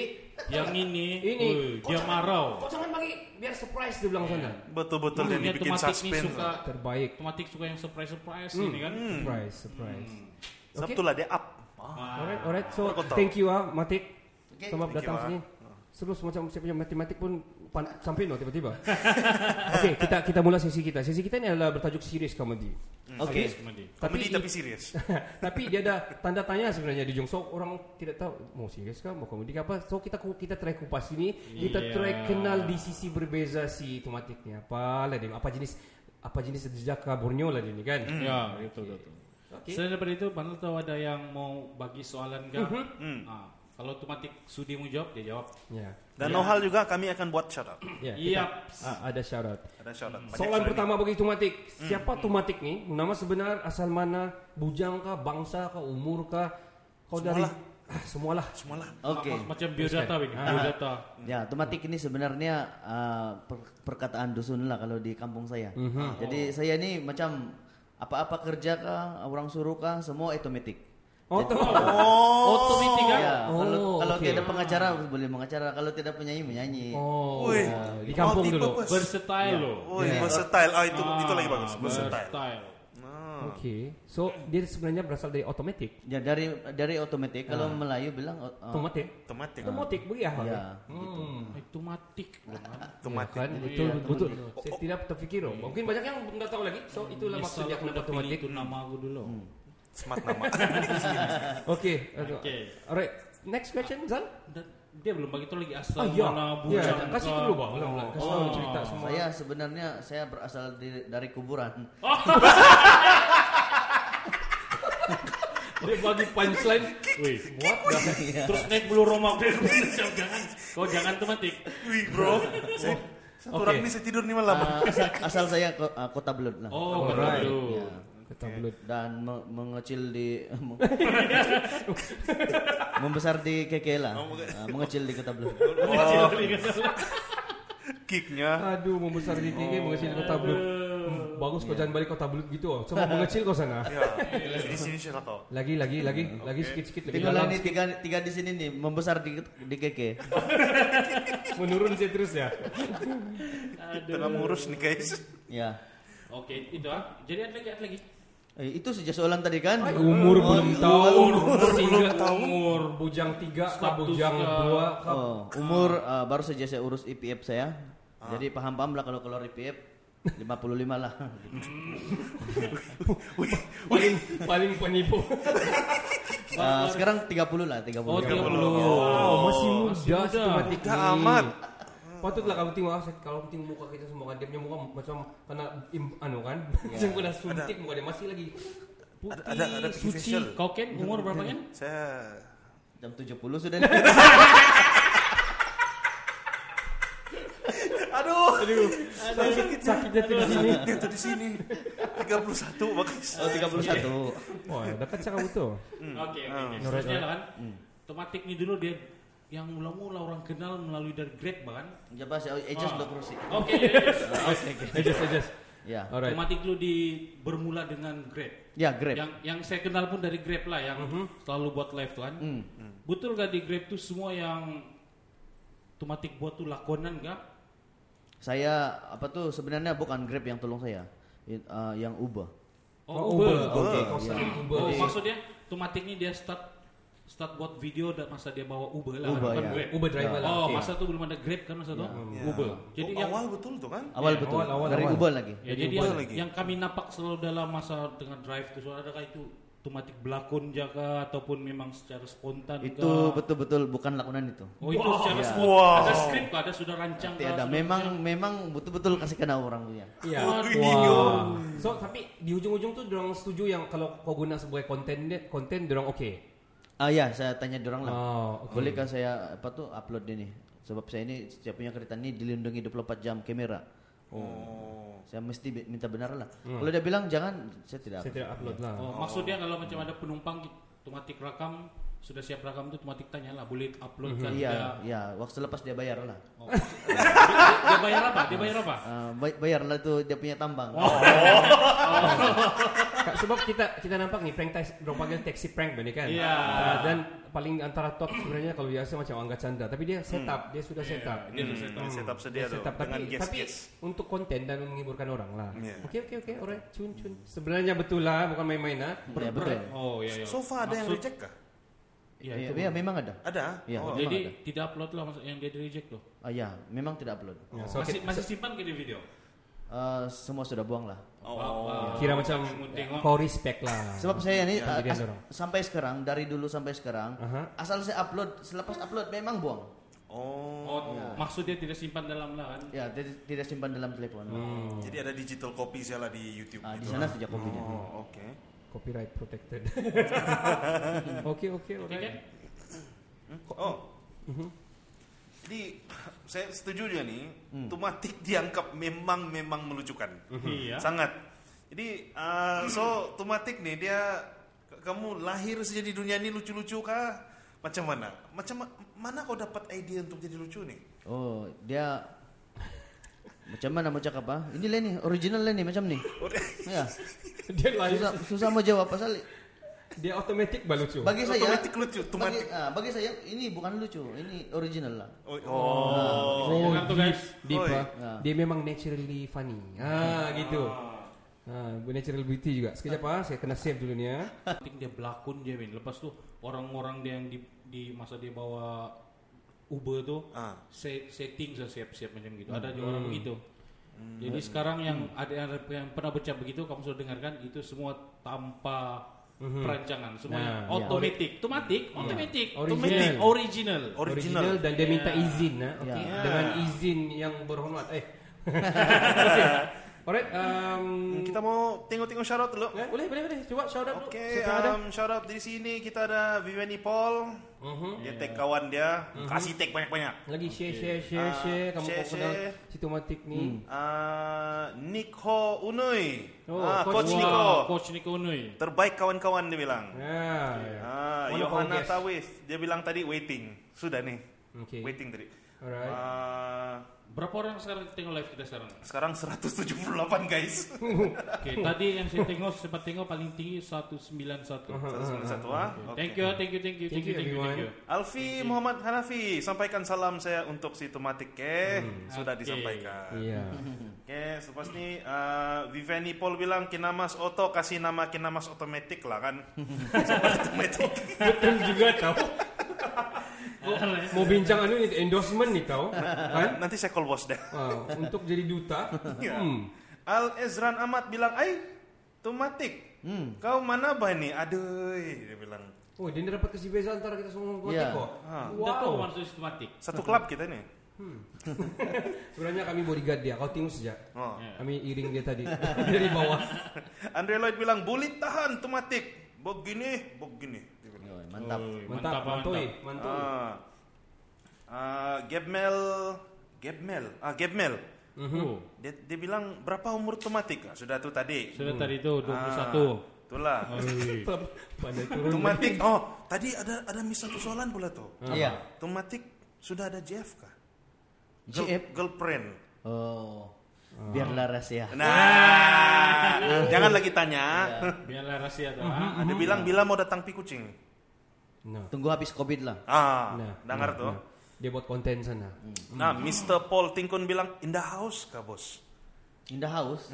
Speaker 4: Yang ini,
Speaker 2: Ini.
Speaker 4: ui, dia marau.
Speaker 2: kau jangan bagi biar surprise dia bilang sana. Nah,
Speaker 3: Betul-betul dia
Speaker 4: Dia
Speaker 3: dibikin
Speaker 4: tematik ni
Speaker 3: suspense.
Speaker 4: suka,
Speaker 3: lah.
Speaker 2: Terbaik.
Speaker 4: tematik suka yang surprise-surprise ini kan.
Speaker 2: Surprise, surprise.
Speaker 3: Sebab
Speaker 2: Okey.
Speaker 3: itulah dia up. Ah.
Speaker 2: Alright, alright. So
Speaker 3: Kau tahu.
Speaker 2: thank you ah Matik.
Speaker 5: Okay.
Speaker 2: Sebab
Speaker 3: Thank
Speaker 2: datang
Speaker 3: you,
Speaker 2: sini. Terus macam saya punya matematik pun pan, sampai no tiba-tiba. Okey, kita kita mula sesi kita. Sesi kita ni adalah bertajuk serious comedy.
Speaker 5: Okey.
Speaker 4: Comedy.
Speaker 3: Komedi tapi serius.
Speaker 2: tapi dia ada tanda tanya sebenarnya di Jong. So orang tidak tahu mau serius kah, mau komedi kah apa. So kita ku- kita try kupas ini, kita
Speaker 4: Yeah.
Speaker 2: try kenal di sisi berbeza si tematiknya. Apa lah dia, apa jenis apa jenis jejaka Borneo lah dia ni kan.
Speaker 4: Ya, gitu gitu.
Speaker 2: Okey.
Speaker 4: Selain daripada itu, Panel tahu ada yang mau bagi soalan ke? Ah, kalau otomatik sudi mau jawab, dia jawab.
Speaker 2: Ya.
Speaker 3: Dan Nohal juga kami akan buat shout out.
Speaker 2: Ya. kita-
Speaker 4: Yap.
Speaker 2: ah, ada shout out.
Speaker 3: Ada shout out. Banyak
Speaker 2: Soalan
Speaker 3: soalan.
Speaker 2: pertama bagi Tumatik. Siapa Tumatik ni? Nama sebenar, asal mana, bujang kah, bangsa kah, umur kah? Kau dari
Speaker 3: Semualah.
Speaker 2: Ah, semualah.
Speaker 3: Semualah.
Speaker 5: Okey.
Speaker 4: Macam biodata ini, biodata.
Speaker 5: Ya, otomatik ini sebenarnya ah, per- perkataan dusun lah kalau di kampung saya.
Speaker 2: Hmm.
Speaker 5: Jadi saya ni macam apa-apa kerja kah, orang suruh kah, semua otomatik.
Speaker 2: Oh, tu.
Speaker 3: Oh.
Speaker 4: Otomatik kan?
Speaker 5: Ya,
Speaker 2: Oh,
Speaker 5: kalau kalau
Speaker 2: okey.
Speaker 5: tiada pengacara boleh mengacara, kalau tidak penyanyi menyanyi.
Speaker 2: Oh,
Speaker 3: Ui.
Speaker 2: di kampung dulu.
Speaker 3: Multi-purpose.
Speaker 4: Versatile loh.
Speaker 3: Oh, versatile. Ah, itu itu lagi bagus. Ah,
Speaker 4: Ah,
Speaker 3: Versatile.
Speaker 4: Versatile.
Speaker 2: Okey. So, dia sebenarnya berasal dari automatic.
Speaker 5: Ya dari dari otomatik
Speaker 2: Ah.
Speaker 5: kalau Melayu bilang oh, oh,
Speaker 2: Automatic.
Speaker 3: Tematik.
Speaker 2: Automatic bagi ah.
Speaker 5: ya.
Speaker 3: Hmm.
Speaker 4: Otomatik.
Speaker 3: Tematik.
Speaker 2: Kan, betul, betul. Saya tidak terfikir. oh. Mungkin banyak yang nggak tahu lagi. So, itulah
Speaker 4: Maksudnya
Speaker 2: maksudnya
Speaker 4: aku
Speaker 2: kenapa Hmm.
Speaker 4: udah pilih
Speaker 2: automatic.
Speaker 4: itu nama aku dulu.
Speaker 3: Smart nama.
Speaker 2: Okey.
Speaker 4: Okey.
Speaker 2: Alright. Next question, Zal.
Speaker 4: Dan dia belum bagi tahu lagi asal
Speaker 2: Ah, ya.
Speaker 4: mana
Speaker 2: Ya,
Speaker 4: bujang.
Speaker 2: kasih
Speaker 4: kah.
Speaker 2: dulu, Bang. Ulang-ulang. Kasih tahu Oh, cerita semua.
Speaker 5: Oh, Saya sebenarnya saya berasal di- dari kuburan.
Speaker 2: Oh. Dia bagi punchline. Wih, what the
Speaker 5: Iya.
Speaker 4: Terus naik bulu roma gue. jangan. Kau jangan otomatik.
Speaker 3: Wih, bro. Saya, satu
Speaker 2: Okey.
Speaker 3: okay. ni saya tidur ni malam.
Speaker 5: Ah, asal, asal saya ko- ah, kota Belut lah.
Speaker 4: Oh,
Speaker 2: Alright.
Speaker 4: betul.
Speaker 5: Ya.
Speaker 2: Kata belut.
Speaker 5: Dan me- mengecil di membesar di KK lah. Ah, mengecil di kota Belut.
Speaker 3: Oh, kicknya.
Speaker 2: Aduh, membesar di tinggi, mengecil di kota belut. Hmm, Bagus kau jangan balik kota belut gitu. oh. Semua mengecil kau sana.
Speaker 3: Ya. Di sini sini lah kau.
Speaker 2: Lagi, lagi, lagi, lagi sikit-sikit lagi
Speaker 5: Tinggal
Speaker 2: dalam,
Speaker 5: ini tiga tiga di sini nih membesar di di KK.
Speaker 2: menurun sih terus ya.
Speaker 3: Tengah mengurus ni guys.
Speaker 5: Ya.
Speaker 4: Oke, itu ah. Jadi ada lagi, ada lagi.
Speaker 5: Eh, itu sejak soalan tadi kan?
Speaker 2: Oh,
Speaker 5: Oh,
Speaker 2: Umur belum tahu,
Speaker 4: belum
Speaker 2: sehingga
Speaker 4: tahu.
Speaker 2: umur bujang tiga, kah,
Speaker 4: Status
Speaker 2: bujang
Speaker 4: kah.
Speaker 2: dua, kah.
Speaker 5: Oh, umur ah, baru saja saya urus IPF saya. Jadi paham-paham lah kalau keluar IPF 55 lah.
Speaker 2: paling paling penipu.
Speaker 5: Ah, sekarang 30 lah, 30.
Speaker 4: Oh, 30.
Speaker 2: Oh, masih muda,
Speaker 4: muda.
Speaker 2: sistematik
Speaker 3: Muda
Speaker 2: ini.
Speaker 3: amat.
Speaker 2: Patutlah kamu tengok ah, kalau kamu tengok muka kita semua kan dia punya muka macam kena im, anu kan.
Speaker 4: Ya.
Speaker 2: Macam kena suntik muka dia masih lagi putih,
Speaker 3: Ada- ada- ada
Speaker 2: suci.
Speaker 3: facial.
Speaker 4: Kau Ken umur berapa Ken?
Speaker 3: Saya
Speaker 5: Jam 70 sudah.
Speaker 3: Aduh, aduh.
Speaker 2: Sakit sakitnya tu di sini.
Speaker 3: Dia tu di sini. 31 bagus.
Speaker 5: Oh, 31.
Speaker 2: Wah, dekat cakap betul.
Speaker 5: Hmm.
Speaker 4: Oke, oke. Seterusnya lah kan. Otomatik ini dulu dia yang mula-mula orang kenal melalui dari Grab bahkan.
Speaker 5: Coba saya adjust
Speaker 4: Ah.
Speaker 5: dulu kursi.
Speaker 4: Oke. yes.
Speaker 2: Adjust, adjust. eh,
Speaker 5: Ya.
Speaker 4: Ah,
Speaker 2: Alright.
Speaker 4: Otomatik dulu di bermula dengan Grab.
Speaker 5: Ya, Grab.
Speaker 4: Yang yang saya kenal pun dari Grab lah yang
Speaker 2: Mhm.
Speaker 4: selalu buat live tuh kan.
Speaker 5: Hmm.
Speaker 4: Betul gak di Grab tuh semua yang otomatik buat tuh lakonan gak?
Speaker 5: Saya apa tuh sebenarnya bukan Grab yang tolong saya. It- ah, yang Uber.
Speaker 4: Oh, Uber.
Speaker 2: Okey, kau sering Uber.
Speaker 4: Oh, maksudnya otomatik ini dia start start buat video dan masa dia bawa Uber lah bukan
Speaker 5: Uber, ya. Iya.
Speaker 4: Grab.
Speaker 2: Uber driver lah.
Speaker 4: Oh,
Speaker 2: okey.
Speaker 4: masa tuh belum ada Grab kan masa tuh? Uber. Jadi
Speaker 3: Oh,
Speaker 4: yang
Speaker 3: awal betul tu kan?
Speaker 5: Awal
Speaker 2: Ya,
Speaker 5: betul.
Speaker 2: awal, awal,
Speaker 5: Dari
Speaker 2: awal.
Speaker 5: Uber lagi.
Speaker 4: ya, jadi
Speaker 3: Uber
Speaker 4: yang,
Speaker 3: lagi.
Speaker 4: yang kami nampak selalu dalam masa dengan drive tuh soalnya ada kayak itu otomatis berlakon jaka ataupun memang secara spontan
Speaker 5: Itu
Speaker 4: kah?
Speaker 5: betul-betul bukan lakonan itu.
Speaker 4: Oh itu secara spontan.
Speaker 3: Wow.
Speaker 4: Ada skrip kah? Ada sudah rancang kah?
Speaker 5: Tiada.
Speaker 4: Sudah-
Speaker 5: Memang memang betul-betul kasih kena orang punya.
Speaker 2: Ya.
Speaker 4: Waduh.
Speaker 2: Wah. So tapi di ujung-ujung tu orang setuju yang kalau kau guna sebagai konten dia, konten orang okey.
Speaker 5: Ah ya, saya tanya dorang lah.
Speaker 2: Oh, okey.
Speaker 5: Bolehkah saya apa tuh upload ini? Sebab saya ini setiap punya kereta ini dilindungi 24 jam kamera.
Speaker 3: Oh.
Speaker 5: Saya mesti be- minta benar lah. Kalau dia bilang jangan, saya tidak.
Speaker 2: Hmm. Saya tidak upload lah.
Speaker 4: Oh, maksudnya kalau macam ada penumpang otomatis rakam sudah siap rakam itu otomatis tanyalah boleh upload kan?
Speaker 5: Iya,
Speaker 4: Dia-
Speaker 5: iya. Waktu lepas dia bayar lah.
Speaker 4: Dia bayar apa? Dia bayar apa?
Speaker 5: Ah, bay- bayar lah tuh dia punya tambang.
Speaker 2: Oh. Kak, sebab kita kita nampak ni prank taxi, orang panggil taxi prank ni kan.
Speaker 3: Iya.
Speaker 4: Ya.
Speaker 2: Ah, dan paling antara top sebenarnya kalau biasa macam Angga Chandra, tapi dia set up, dia sudah set up.
Speaker 4: Dia sudah
Speaker 3: Hmm, set up sedia
Speaker 2: Dia
Speaker 3: tu
Speaker 2: set up
Speaker 3: dengan
Speaker 2: tapi tapi
Speaker 3: guest-guest.
Speaker 2: untuk konten dan menghiburkan orang lah.
Speaker 3: Ya.
Speaker 2: Okey okey okey, alright, cun cun. Sebenarnya betul lah, bukan main-main lah.
Speaker 5: ya betul.
Speaker 4: Oh iya iya.
Speaker 3: So far ada yang reject kah?
Speaker 4: Iya
Speaker 5: Iya,
Speaker 4: itu.
Speaker 5: iya, memang ada.
Speaker 3: Ada?
Speaker 5: Iya,
Speaker 3: Oh.
Speaker 5: memang
Speaker 4: Jadi
Speaker 5: ada.
Speaker 4: tidak upload lah maksud- yang dia di reject loh.
Speaker 5: Ah, ya, memang tidak upload.
Speaker 2: Ya, so,
Speaker 4: Masih
Speaker 2: kita-
Speaker 4: masih simpan ke di video?
Speaker 5: Ah, semua sudah buang lah.
Speaker 4: Wow.
Speaker 2: Oh. kira macam
Speaker 4: Kamu tengok.
Speaker 2: kau respect lah.
Speaker 5: Sebab saya ini ah,
Speaker 2: kejadian
Speaker 5: as-
Speaker 2: dorang.
Speaker 5: sampai sekarang dari dulu sampai sekarang,
Speaker 2: Aha.
Speaker 5: asal saya upload, selepas upload memang buang.
Speaker 3: Oh.
Speaker 4: Oh, maksud dia tidak simpan dalam lah kan?
Speaker 3: Iya.
Speaker 5: Ya, tidak tidak simpan dalam telepon.
Speaker 3: Jadi ada digital copy saya lah di YouTube
Speaker 5: Ah, di
Speaker 3: gitu.
Speaker 5: sana sejak kopinya.
Speaker 3: Oh, oke.
Speaker 2: Copyright protected. Okey okey,
Speaker 4: Oke kan?
Speaker 3: Iya.
Speaker 2: alright.
Speaker 3: Oh. Jadi saya setuju juga nih,
Speaker 5: Hmm.
Speaker 3: Tumatik dianggap memang memang melucukan.
Speaker 4: Iya.
Speaker 3: Sangat. Jadi uh, so Tumatik nih dia k- kamu lahir saja di dunia ini lucu-lucu kah? Macam mana? Macam ma- mana kau dapat ide untuk jadi lucu nih?
Speaker 5: Oh, dia macam mana mau cakap ah? Ini lah ni, original lah ni macam ni. Ya.
Speaker 2: Dia lain.
Speaker 5: Susah susah mau jawab pasal
Speaker 2: Dia automatic balucu.
Speaker 5: bagi saya
Speaker 3: Otomatik lucu,
Speaker 5: Bagi,
Speaker 3: tumatik.
Speaker 5: ah, bagi saya ini bukan lucu, ini original lah.
Speaker 3: Oh. oh.
Speaker 4: Oh, kan tuh guys.
Speaker 2: Deep
Speaker 3: Oi.
Speaker 2: ah.
Speaker 5: Ah.
Speaker 2: Dia memang naturally funny. Ah gitu. Ah, natural beauty juga. Sekejap ah, saya kena save dulu ni ah.
Speaker 4: Penting dia berlakon dia men. Lepas tuh orang-orang dia yang di, di masa dia bawa Uber tuh
Speaker 3: Ah.
Speaker 4: se- setting sudah siap-siap macam gitu. Ada
Speaker 2: Hmm.
Speaker 4: juga orang begitu.
Speaker 3: Hmm.
Speaker 4: Jadi sekarang yang ada yang, yang pernah bercak begitu kamu sudah dengarkan itu semua tanpa perancangan
Speaker 2: Mhm.
Speaker 4: semuanya
Speaker 2: Nah, iya.
Speaker 4: automatic, automatic, automatic,
Speaker 2: Original.
Speaker 4: automatic, original.
Speaker 3: Original.
Speaker 2: Original dan dia minta izin ah. Okey.
Speaker 5: Yeah.
Speaker 2: Dengan izin yang berhormat. Eh. Alright, um,
Speaker 3: Hmm, Kita mau tengok-tengok syarat dulu.
Speaker 2: eh, boleh boleh boleh. Cuba shout out dulu.
Speaker 3: Oke,
Speaker 2: Siapa ada?
Speaker 3: um, shout out di sini kita ada Viviani Paul. Dia tag kawan dia, kasih tag banyak-banyak.
Speaker 2: Mhm. Lagi share share share
Speaker 3: Ah,
Speaker 2: share kamu
Speaker 3: share,
Speaker 2: kau kenal
Speaker 3: share.
Speaker 2: situmatik
Speaker 5: Hmm.
Speaker 2: ni.
Speaker 3: Ah, Nico Unoy.
Speaker 2: Oh,
Speaker 3: ah,
Speaker 2: Coach
Speaker 3: Coach,
Speaker 4: Wah,
Speaker 3: Nico.
Speaker 4: Coach Ya. Nico Nui.
Speaker 3: Terbaik kawan-kawan dia bilang.
Speaker 2: Ah.
Speaker 3: Ah,
Speaker 2: One of our
Speaker 3: Yohana
Speaker 2: guest.
Speaker 3: Tawis. Dia bilang tadi waiting. Sudah nih.
Speaker 2: Okey.
Speaker 3: Waiting tadi.
Speaker 2: Alright.
Speaker 3: Ah,
Speaker 4: Berapa orang sekarang tengok live kita sekarang?
Speaker 3: sekarang 178 guys.
Speaker 4: Oke, tadi yang saya tengok sempat tengok paling tinggi 191.
Speaker 3: 191 ah.
Speaker 4: Thank
Speaker 3: Oke.
Speaker 4: you, thank you, thank you, thank you, thank you, thank you.
Speaker 3: Alfi Muhammad Hanafi, sampaikan salam saya untuk si Tumatik ke. Sudah
Speaker 4: Hmm, Oke. Hmm.
Speaker 3: disampaikan.
Speaker 2: Iya.
Speaker 3: Oke, selepas ini uh, Vivani Paul bilang Kinamas Oto kasih nama Kinamas Otomatik lah kan. Sama Otomatik.
Speaker 2: Betul juga tahu. Mau bincang anu ni endorsement ni tahu. Kan?
Speaker 3: Nanti saya call bos deh.
Speaker 2: Ah, untuk jadi duta.
Speaker 3: Ya.
Speaker 2: Hmm.
Speaker 3: Al Ezran Ahmad bilang, "Ai, Tomatik. Kau mana bah ni? Aduh," dia bilang.
Speaker 2: Oh, dia dapat kasih beza antara kita semua buat
Speaker 5: Ya.
Speaker 2: kok.
Speaker 3: Ah.
Speaker 4: Wow. tahu
Speaker 2: Wow.
Speaker 4: maksud sistematik.
Speaker 3: Satu klub kita nih.
Speaker 2: Sebenarnya kami bodyguard dia. Kau tengok sejak.
Speaker 3: Oh.
Speaker 2: Kami iring dia tadi dari bawah.
Speaker 3: Andre Lloyd bilang, "Bulit tahan Tomatik. Begini, begini." Dia bilang.
Speaker 5: Oh, mantap.
Speaker 4: Hmm.
Speaker 2: Mantap, mantoi, mantoi.
Speaker 3: Ah. Ah, Gabmel, Gabmel. Ah, Gabmel.
Speaker 4: Oh,
Speaker 3: Dia, dia bilang, "Berapa umur Tomatik?" Ah, sudah tuh tadi.
Speaker 4: sudah tadi itu 21.
Speaker 3: Ah, itulah.
Speaker 2: Ter- Pandai turun.
Speaker 3: Tumatik. Oh, tadi ada ada mis satu soalan pula tuh.
Speaker 5: Iya.
Speaker 3: Tumatik sudah ada JF kah? Girl-
Speaker 5: JF.
Speaker 3: girlfriend.
Speaker 5: Oh. Biarlah rahasia.
Speaker 3: Nah, jangan lagi tanya.
Speaker 4: Biarlah rahasia tuh. ah.
Speaker 3: Ada bilang bila mau datang pi kucing.
Speaker 2: No.
Speaker 5: Tunggu habis Covid lah.
Speaker 3: Ah,
Speaker 2: Nah,
Speaker 3: dengar
Speaker 2: nah,
Speaker 3: tuh.
Speaker 2: nah. Dia buat konten sana.
Speaker 3: Nah, Mr. Paul Tingkun bilang in the house kah bos?
Speaker 5: In the house.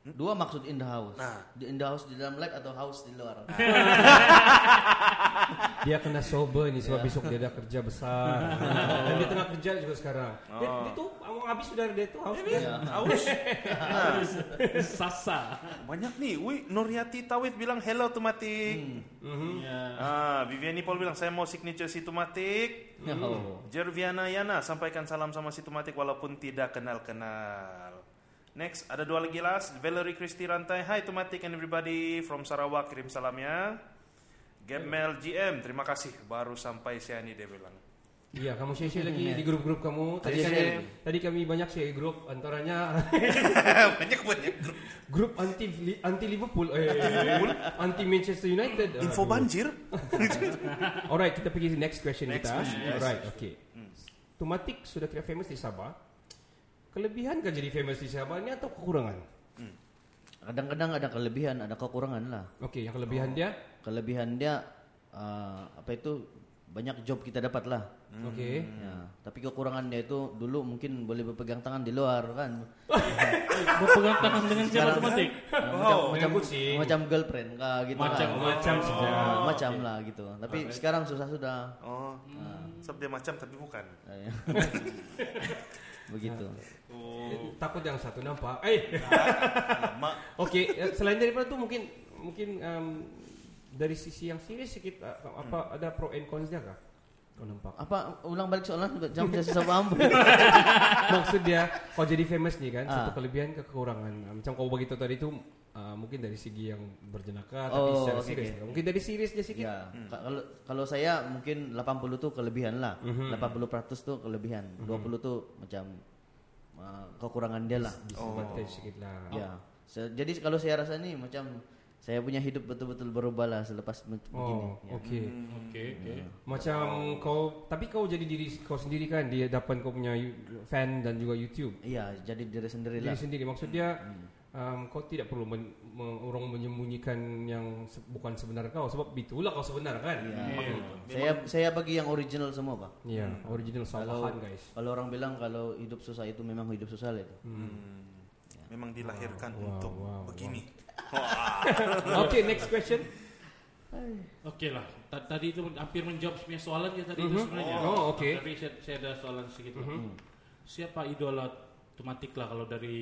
Speaker 5: Dua maksud in the house.
Speaker 3: Nah.
Speaker 5: Di in the house di dalam live atau house di luar.
Speaker 2: dia kena sober ni
Speaker 3: Iya.
Speaker 2: sebab besok dia dah kerja besar. Dan dia tengah kerja juga sekarang.
Speaker 3: Oh.
Speaker 2: Dia, dia tu awang habis sudah dia tu haus.
Speaker 3: Iya.
Speaker 5: Ya.
Speaker 3: Aus. Nah,
Speaker 4: Sasa.
Speaker 3: banyak nih. Wi Nuryati Tawid bilang hello Tumatik.
Speaker 4: Iya.
Speaker 3: Ah, Viviani Paul bilang saya mau signature si Tumatik.
Speaker 5: Oh.
Speaker 3: Jerviana Yana sampaikan salam sama si Tumatik walaupun tidak kenal-kenal. Next ada dua lagi last Valerie Christy Rantai Hi Tumatik and everybody from Sarawak kirim ya. salamnya Gemel GM terima kasih baru sampai saya ini dia bilang
Speaker 2: Ya, kamu share-share lagi
Speaker 3: Iya.
Speaker 2: di grup-grup kamu. Tadi kami,
Speaker 5: Share-share.
Speaker 2: tadi kami banyak share grup antaranya
Speaker 3: banyak banyak grup
Speaker 2: grup anti Li- anti Liverpool, eh, anti Manchester United.
Speaker 3: info
Speaker 2: Aduh.
Speaker 3: banjir
Speaker 2: Alright, kita pergi next question kita.
Speaker 3: Next
Speaker 2: ah.
Speaker 3: question, yes.
Speaker 2: Alright, okay. Tumatik sudah kira famous di Sabah. Kelebihan kah jadi famous di Sabah ini atau kekurangan?
Speaker 5: Kadang-kadang ada kelebihan, ada kekurangan lah.
Speaker 2: Okey, yang kelebihan dia.
Speaker 5: Kelebihan dia ah, apa itu banyak job kita dapat lah.
Speaker 2: Okey.
Speaker 5: Ya, tapi kekurangan dia itu dulu mungkin boleh berpegang tangan di luar kan.
Speaker 4: Berpegang tangan dengan siapa Tumatik?
Speaker 5: Ah,
Speaker 2: Oh,
Speaker 5: macam,
Speaker 2: bagus sih.
Speaker 5: macam girlfriend kah gitu
Speaker 4: Macam
Speaker 5: kan.
Speaker 4: macam
Speaker 5: Ya,
Speaker 4: saja.
Speaker 5: macam lah gitu. Tapi sekarang susah sudah.
Speaker 3: oh
Speaker 2: Hmm.
Speaker 3: sebab dia macam tapi bukan
Speaker 5: Ya. Begitu.
Speaker 2: Takut yang satu nampak. Eh.
Speaker 3: lama
Speaker 2: Okey, eh, selain daripada itu mungkin mungkin um, dari sisi yang serius sedikit uh, apa ada pro and cons dia kah? Kau nampak.
Speaker 5: Apa ulang balik soalan jam saya susah paham.
Speaker 2: Iya. Maksud dia kau jadi famous nih kan, satu
Speaker 5: Ah.
Speaker 2: kelebihan ke kekurangan. Ah, Macam kau begitu tadi itu ah, mungkin dari segi yang berjenaka tapi
Speaker 5: Oh,
Speaker 2: secara
Speaker 5: okey,
Speaker 2: serius. lah.
Speaker 5: okey.
Speaker 2: Mungkin dari seriusnya sedikit.
Speaker 5: Ya, ka- kalau kalau saya mungkin 80 tuh kelebihan lah.
Speaker 2: Mhm.
Speaker 5: 80% tuh kelebihan. 20 tuh macam uh, kekurangan dia lah.
Speaker 2: Disadvantage sedikit lah.
Speaker 5: Ya. Se- jadi kalau saya rasa nih macam saya punya hidup betul-betul berubah lah selepas me- begini.
Speaker 2: Oh,
Speaker 5: Ya.
Speaker 2: oke.
Speaker 4: Oke, oke.
Speaker 2: Macam kau tapi kau jadi diri kau sendiri kan di hadapan kau punya you- fan dan juga YouTube.
Speaker 5: Iya, jadi diri sendiri
Speaker 2: Diri
Speaker 5: lah.
Speaker 2: sendiri maksudnya
Speaker 5: Hmm.
Speaker 2: um, kau tidak perlu men, me- orang menyembunyikan yang se- bukan sebenar kau sebab itulah kau sebenar kan. Iya,
Speaker 5: Ya. Saya saya bagi yang original semua, Pak.
Speaker 2: Ya, original salahan guys.
Speaker 5: Kalau orang bilang kalau hidup susah itu memang hidup susah lah itu.
Speaker 2: Hmm.
Speaker 3: memang dilahirkan untuk
Speaker 2: wow,
Speaker 3: begini
Speaker 2: Oke, next question.
Speaker 4: Oke lah. Ta- Tadi itu hampir menjawab semua soalan ya tadi itu sebenarnya.
Speaker 2: Oh, oke. Mm-hmm.
Speaker 4: Tapi saya, saya ada soalan sedikit. lah. Siapa idola Tumatik lah kalau dari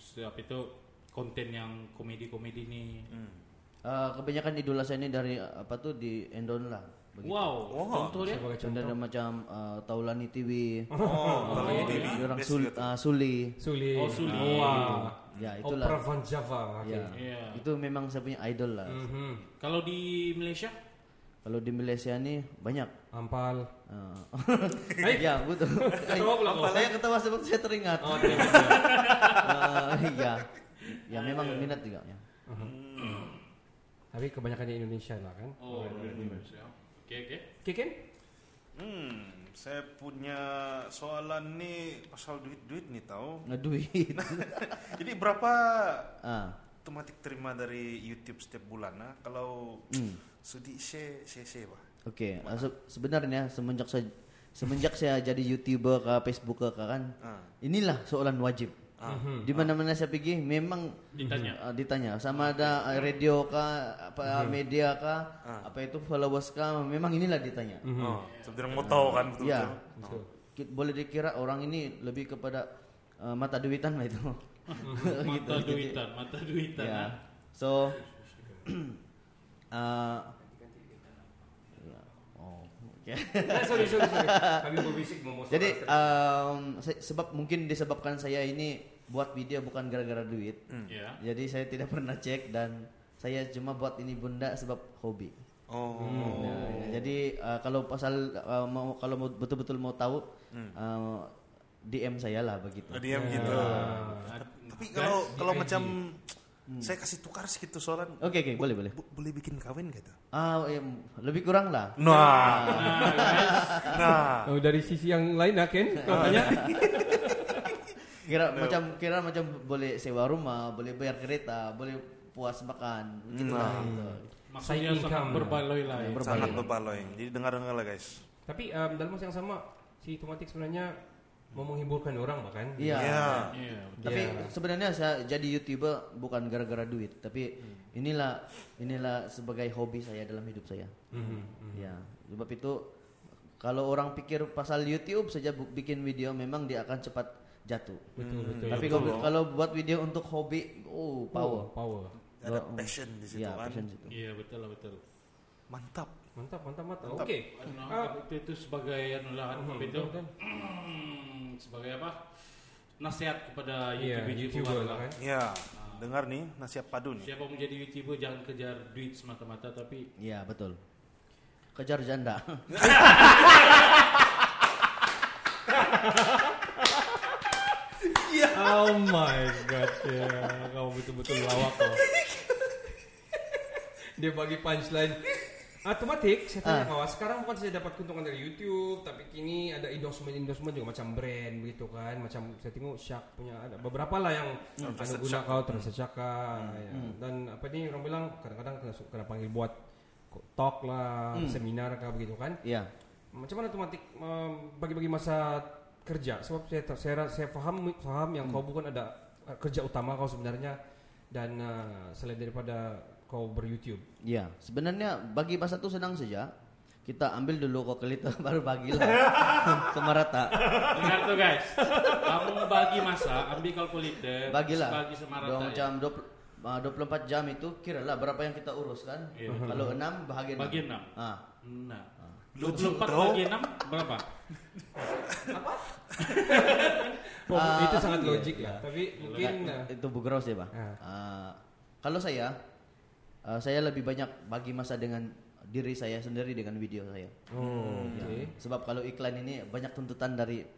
Speaker 4: siapa itu konten yang komedi-komedi ini.
Speaker 5: Eh, kebanyakan idola saya ini dari eh, apa tuh di Endon lah. Begitu.
Speaker 4: Wow, ya.
Speaker 3: Wah.
Speaker 4: contohnya
Speaker 2: Sebagai
Speaker 5: Contoh
Speaker 2: contoh
Speaker 5: ada macam eh, Taulani TV,
Speaker 3: oh kalau
Speaker 5: eh,
Speaker 3: ini
Speaker 5: orang
Speaker 3: best
Speaker 5: Sul,
Speaker 3: juga tuh.
Speaker 5: eh, Suli.
Speaker 2: Suli.
Speaker 4: Oh, Suli.
Speaker 2: Wah.
Speaker 5: Ya, itulah.
Speaker 2: Opera Van Ah. Oh, Java. Okay.
Speaker 5: Ya.
Speaker 4: Iya.
Speaker 5: Itu memang saya punya idol lah.
Speaker 2: Mhm.
Speaker 4: kalau di Malaysia
Speaker 5: Kalau di Malaysia nih banyak.
Speaker 2: Ampal.
Speaker 5: Eh,
Speaker 2: Hai.
Speaker 5: ya, betul.
Speaker 2: Ketawa pula kau.
Speaker 5: saya ketawa sebab saya teringat.
Speaker 2: Oh,
Speaker 5: Eh, ya. Ya memang minat juga ya.
Speaker 2: Tapi kebanyakan di Indonesia lah kan.
Speaker 4: Oh, dari Malaysia. Oke, oke.
Speaker 2: Oke, Ken?
Speaker 3: Hmm, saya punya soalan nih pasal duit-duit nih tahu.
Speaker 5: Ngeduit.
Speaker 3: Jadi berapa
Speaker 5: ah.
Speaker 3: tematik terima dari YouTube setiap bulan nah? Kalau sudi share share share bah.
Speaker 5: Oke, eh, se- sebenarnya semenjak saya semenjak saya jadi YouTuber ke Facebook ke kan.
Speaker 3: Ah.
Speaker 5: Inilah soalan wajib. Di mana-mana saya pergi memang
Speaker 4: Mhm. Ditanya. Mhm.
Speaker 5: eh, ditanya
Speaker 3: Ah,
Speaker 5: sama ada eh, radio kah apa media kah
Speaker 3: Ah.
Speaker 5: apa itu followers kah memang inilah ditanya.
Speaker 4: Mhm.
Speaker 2: Hmm. Mm-hmm.
Speaker 3: Oh, sebenarnya mau tahu kan betul.
Speaker 5: Ya.
Speaker 2: Oh.
Speaker 5: Ki- Boleh dikira orang ini lebih kepada eh, mata duitan lah itu. Gitu,
Speaker 4: Mhm. Mata
Speaker 5: gitu.
Speaker 4: duitan, mata duitan.
Speaker 5: Ya.
Speaker 4: ah.
Speaker 5: So eh, ya. Oh. oke.
Speaker 2: Eh, sorry, sorry, sorry. Kami berbisik mau masuk
Speaker 5: Jadi
Speaker 2: kelas.
Speaker 5: em, se- sebab mungkin disebabkan saya ini buat video bukan gara-gara duit.
Speaker 4: Ya.
Speaker 5: Jadi saya tidak pernah cek dan saya cuma buat ini bunda sebab hobi.
Speaker 3: Oh,
Speaker 5: Nah, ya, jadi eh, kalau pasal eh, mau kalau mau betul-betul mau tahu eh, DM saya lah begitu.
Speaker 3: diam gitu. Tapi kalau kalau macam saya kasih tukar sedikit tuh soalan.
Speaker 5: Oke oke boleh boleh.
Speaker 3: Bo- boleh bikin kawin gitu.
Speaker 5: Ah em, lebih kurang lah.
Speaker 3: Nah. Nah.
Speaker 2: Oh, dari sisi yang lain lah Ken, kau tanya.
Speaker 5: Kira macam kira macam boleh sewa rumah, boleh bayar kereta, boleh puas makan gitu lah. gitu.
Speaker 4: Maksudnya
Speaker 2: Side
Speaker 4: sangat
Speaker 2: income.
Speaker 4: berbaloi lah. ya.
Speaker 5: Berbaloi.
Speaker 3: Sangat berbaloi. Jadi dengar-dengar lah guys.
Speaker 2: Tapi um, dalam masa yang sama si Tumatik sebenarnya mau menghiburkan orang bahkan.
Speaker 5: Iya.
Speaker 3: Ya.
Speaker 4: Iya.
Speaker 5: Tapi
Speaker 2: Yeah.
Speaker 5: sebenarnya saya jadi YouTuber bukan gara-gara duit, tapi inilah inilah sebagai hobi saya dalam hidup saya. Ya, sebab itu kalau orang pikir pasal YouTube saja bu- bikin video memang dia akan cepat jatuh.
Speaker 2: Betul betul.
Speaker 5: tapi
Speaker 2: betul.
Speaker 5: kalau, kalau buat video untuk hobi, oh
Speaker 2: power
Speaker 5: power.
Speaker 2: power.
Speaker 3: Ada
Speaker 5: Ada Doa.
Speaker 3: passion di situ
Speaker 5: Iya,
Speaker 3: kan.
Speaker 5: passion situ.
Speaker 4: Iya, betul lah betul.
Speaker 3: Mantap.
Speaker 2: Mantap mantap mantap. Okey.
Speaker 4: Nah,
Speaker 2: Ah.
Speaker 4: itu itu sebagai anu lah apa itu Hmm,
Speaker 2: betul.
Speaker 4: sebagai apa? Nasihat kepada
Speaker 2: Ya,
Speaker 4: YouTuber,
Speaker 2: YouTuber lah kan.
Speaker 3: Ya, dengar nih nasihat padu nih.
Speaker 4: Siapa menjadi YouTuber jangan kejar duit semata-mata tapi
Speaker 5: Iya, betul. Kejar janda.
Speaker 2: Oh my god ya. Kau betul-betul lawak kau. Dia bagi punchline Automatik saya tanya kau Sekarang bukan saya dapat keuntungan dari YouTube Tapi kini ada endorsement-endorsement juga Macam brand begitu kan Macam saya tengok Shark punya Ada beberapa lah yang Anu guna kau Terasa Shaka ya. Dan apa ni orang bilang Kadang-kadang kena, kena panggil buat Talk lah Seminar kah begitu kan
Speaker 5: Iya.
Speaker 2: macam mana otomatik um, bagi-bagi masa kerja sebab saya ta- saya ra- saya faham faham yang kau bukan ada uh, kerja utama kau sebenarnya dan uh, selain daripada kau ber-YouTube.
Speaker 5: Iya, sebenarnya bagi bahasa itu senang saja. Kita ambil dulu kokelita baru bagilah ke merata.
Speaker 4: dengar tuh guys. Kamu bagi masa, ambil kalkulator,
Speaker 5: Bagilah.
Speaker 4: bagi ya. sama
Speaker 5: Dua
Speaker 4: rata.
Speaker 5: macam 20, ah, 24 jam itu kiralah berapa yang kita urus kan? Kalau 6
Speaker 4: Iya,
Speaker 5: bahagi 6.
Speaker 4: Bagi enam.
Speaker 5: Ah,
Speaker 4: Nah.
Speaker 3: Lucu,
Speaker 4: 24
Speaker 3: bro.
Speaker 4: bagi 6 berapa?
Speaker 2: Oh,
Speaker 5: Ah,
Speaker 2: itu sangat
Speaker 5: iya,
Speaker 2: logik lah. Tapi mungkin uh,
Speaker 5: itu bugraus ya, Pak.
Speaker 2: Ah.
Speaker 5: Ah, kalau saya ah, saya lebih banyak bagi masa dengan diri saya sendiri dengan video saya.
Speaker 2: oh, oke.
Speaker 5: Sebab kalau iklan ini banyak tuntutan dari ah,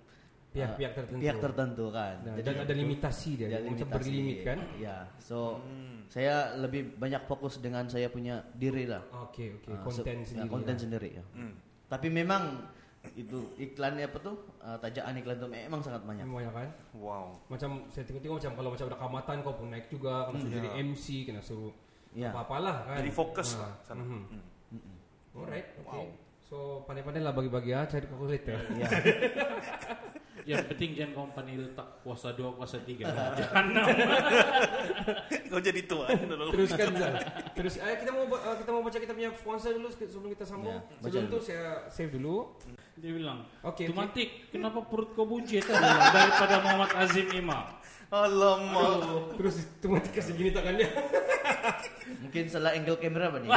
Speaker 2: Pihak-pihak tertentu.
Speaker 5: pihak tertentu kan.
Speaker 2: Nah,
Speaker 5: Jadi-
Speaker 2: dan ada limitasi dia,
Speaker 5: Ya,
Speaker 2: dia macam
Speaker 5: limitasi.
Speaker 2: berlimit kan.
Speaker 5: Ya. So
Speaker 4: Hmm.
Speaker 5: saya lebih banyak fokus dengan saya punya diri lah.
Speaker 2: Oke, oke,
Speaker 5: Ah, so-
Speaker 2: konten
Speaker 5: ya,
Speaker 2: sendiri.
Speaker 5: konten
Speaker 2: lah.
Speaker 5: sendiri ya. Tapi memang itu iklannya apa tuh? eh, tajaan iklan itu memang sangat banyak.
Speaker 2: Memang ya kan?
Speaker 3: Wow.
Speaker 2: Macam saya tengok-tengok macam kalau macam ada kamatan kau pun naik juga, kau suruh jadi MC kena suruh
Speaker 5: Ya.
Speaker 2: apa-apalah kan.
Speaker 3: Jadi fokus
Speaker 2: Ah,
Speaker 3: lah sana.
Speaker 2: mhm.
Speaker 3: Hmm.
Speaker 2: Alright, oke. So pandai-pandai lah bagi-bagi ya, cari kalkulator.
Speaker 5: Iya.
Speaker 4: Ya, Yang penting jangan kamu panggil tak kuasa 2, kuasa 3. Jangan
Speaker 3: Kau jadi tuan dulu.
Speaker 2: Teruskan Zal. Terus eh, kita mau ba- eh, kita mau baca kita punya sponsor dulu sek- sebelum kita sambung.
Speaker 5: Ya, baca
Speaker 2: sebelum
Speaker 5: dulu.
Speaker 2: itu saya save dulu.
Speaker 4: Dia bilang,
Speaker 2: Oke,
Speaker 4: okay,
Speaker 2: oke.
Speaker 4: Tumatik, kenapa perut kau buncit? Dia bilang, Daripada Muhammad Azim Imam.
Speaker 3: Alamak.
Speaker 2: Terus cuma dikasih gini tangannya.
Speaker 5: Mungkin salah angle kamera apa nih?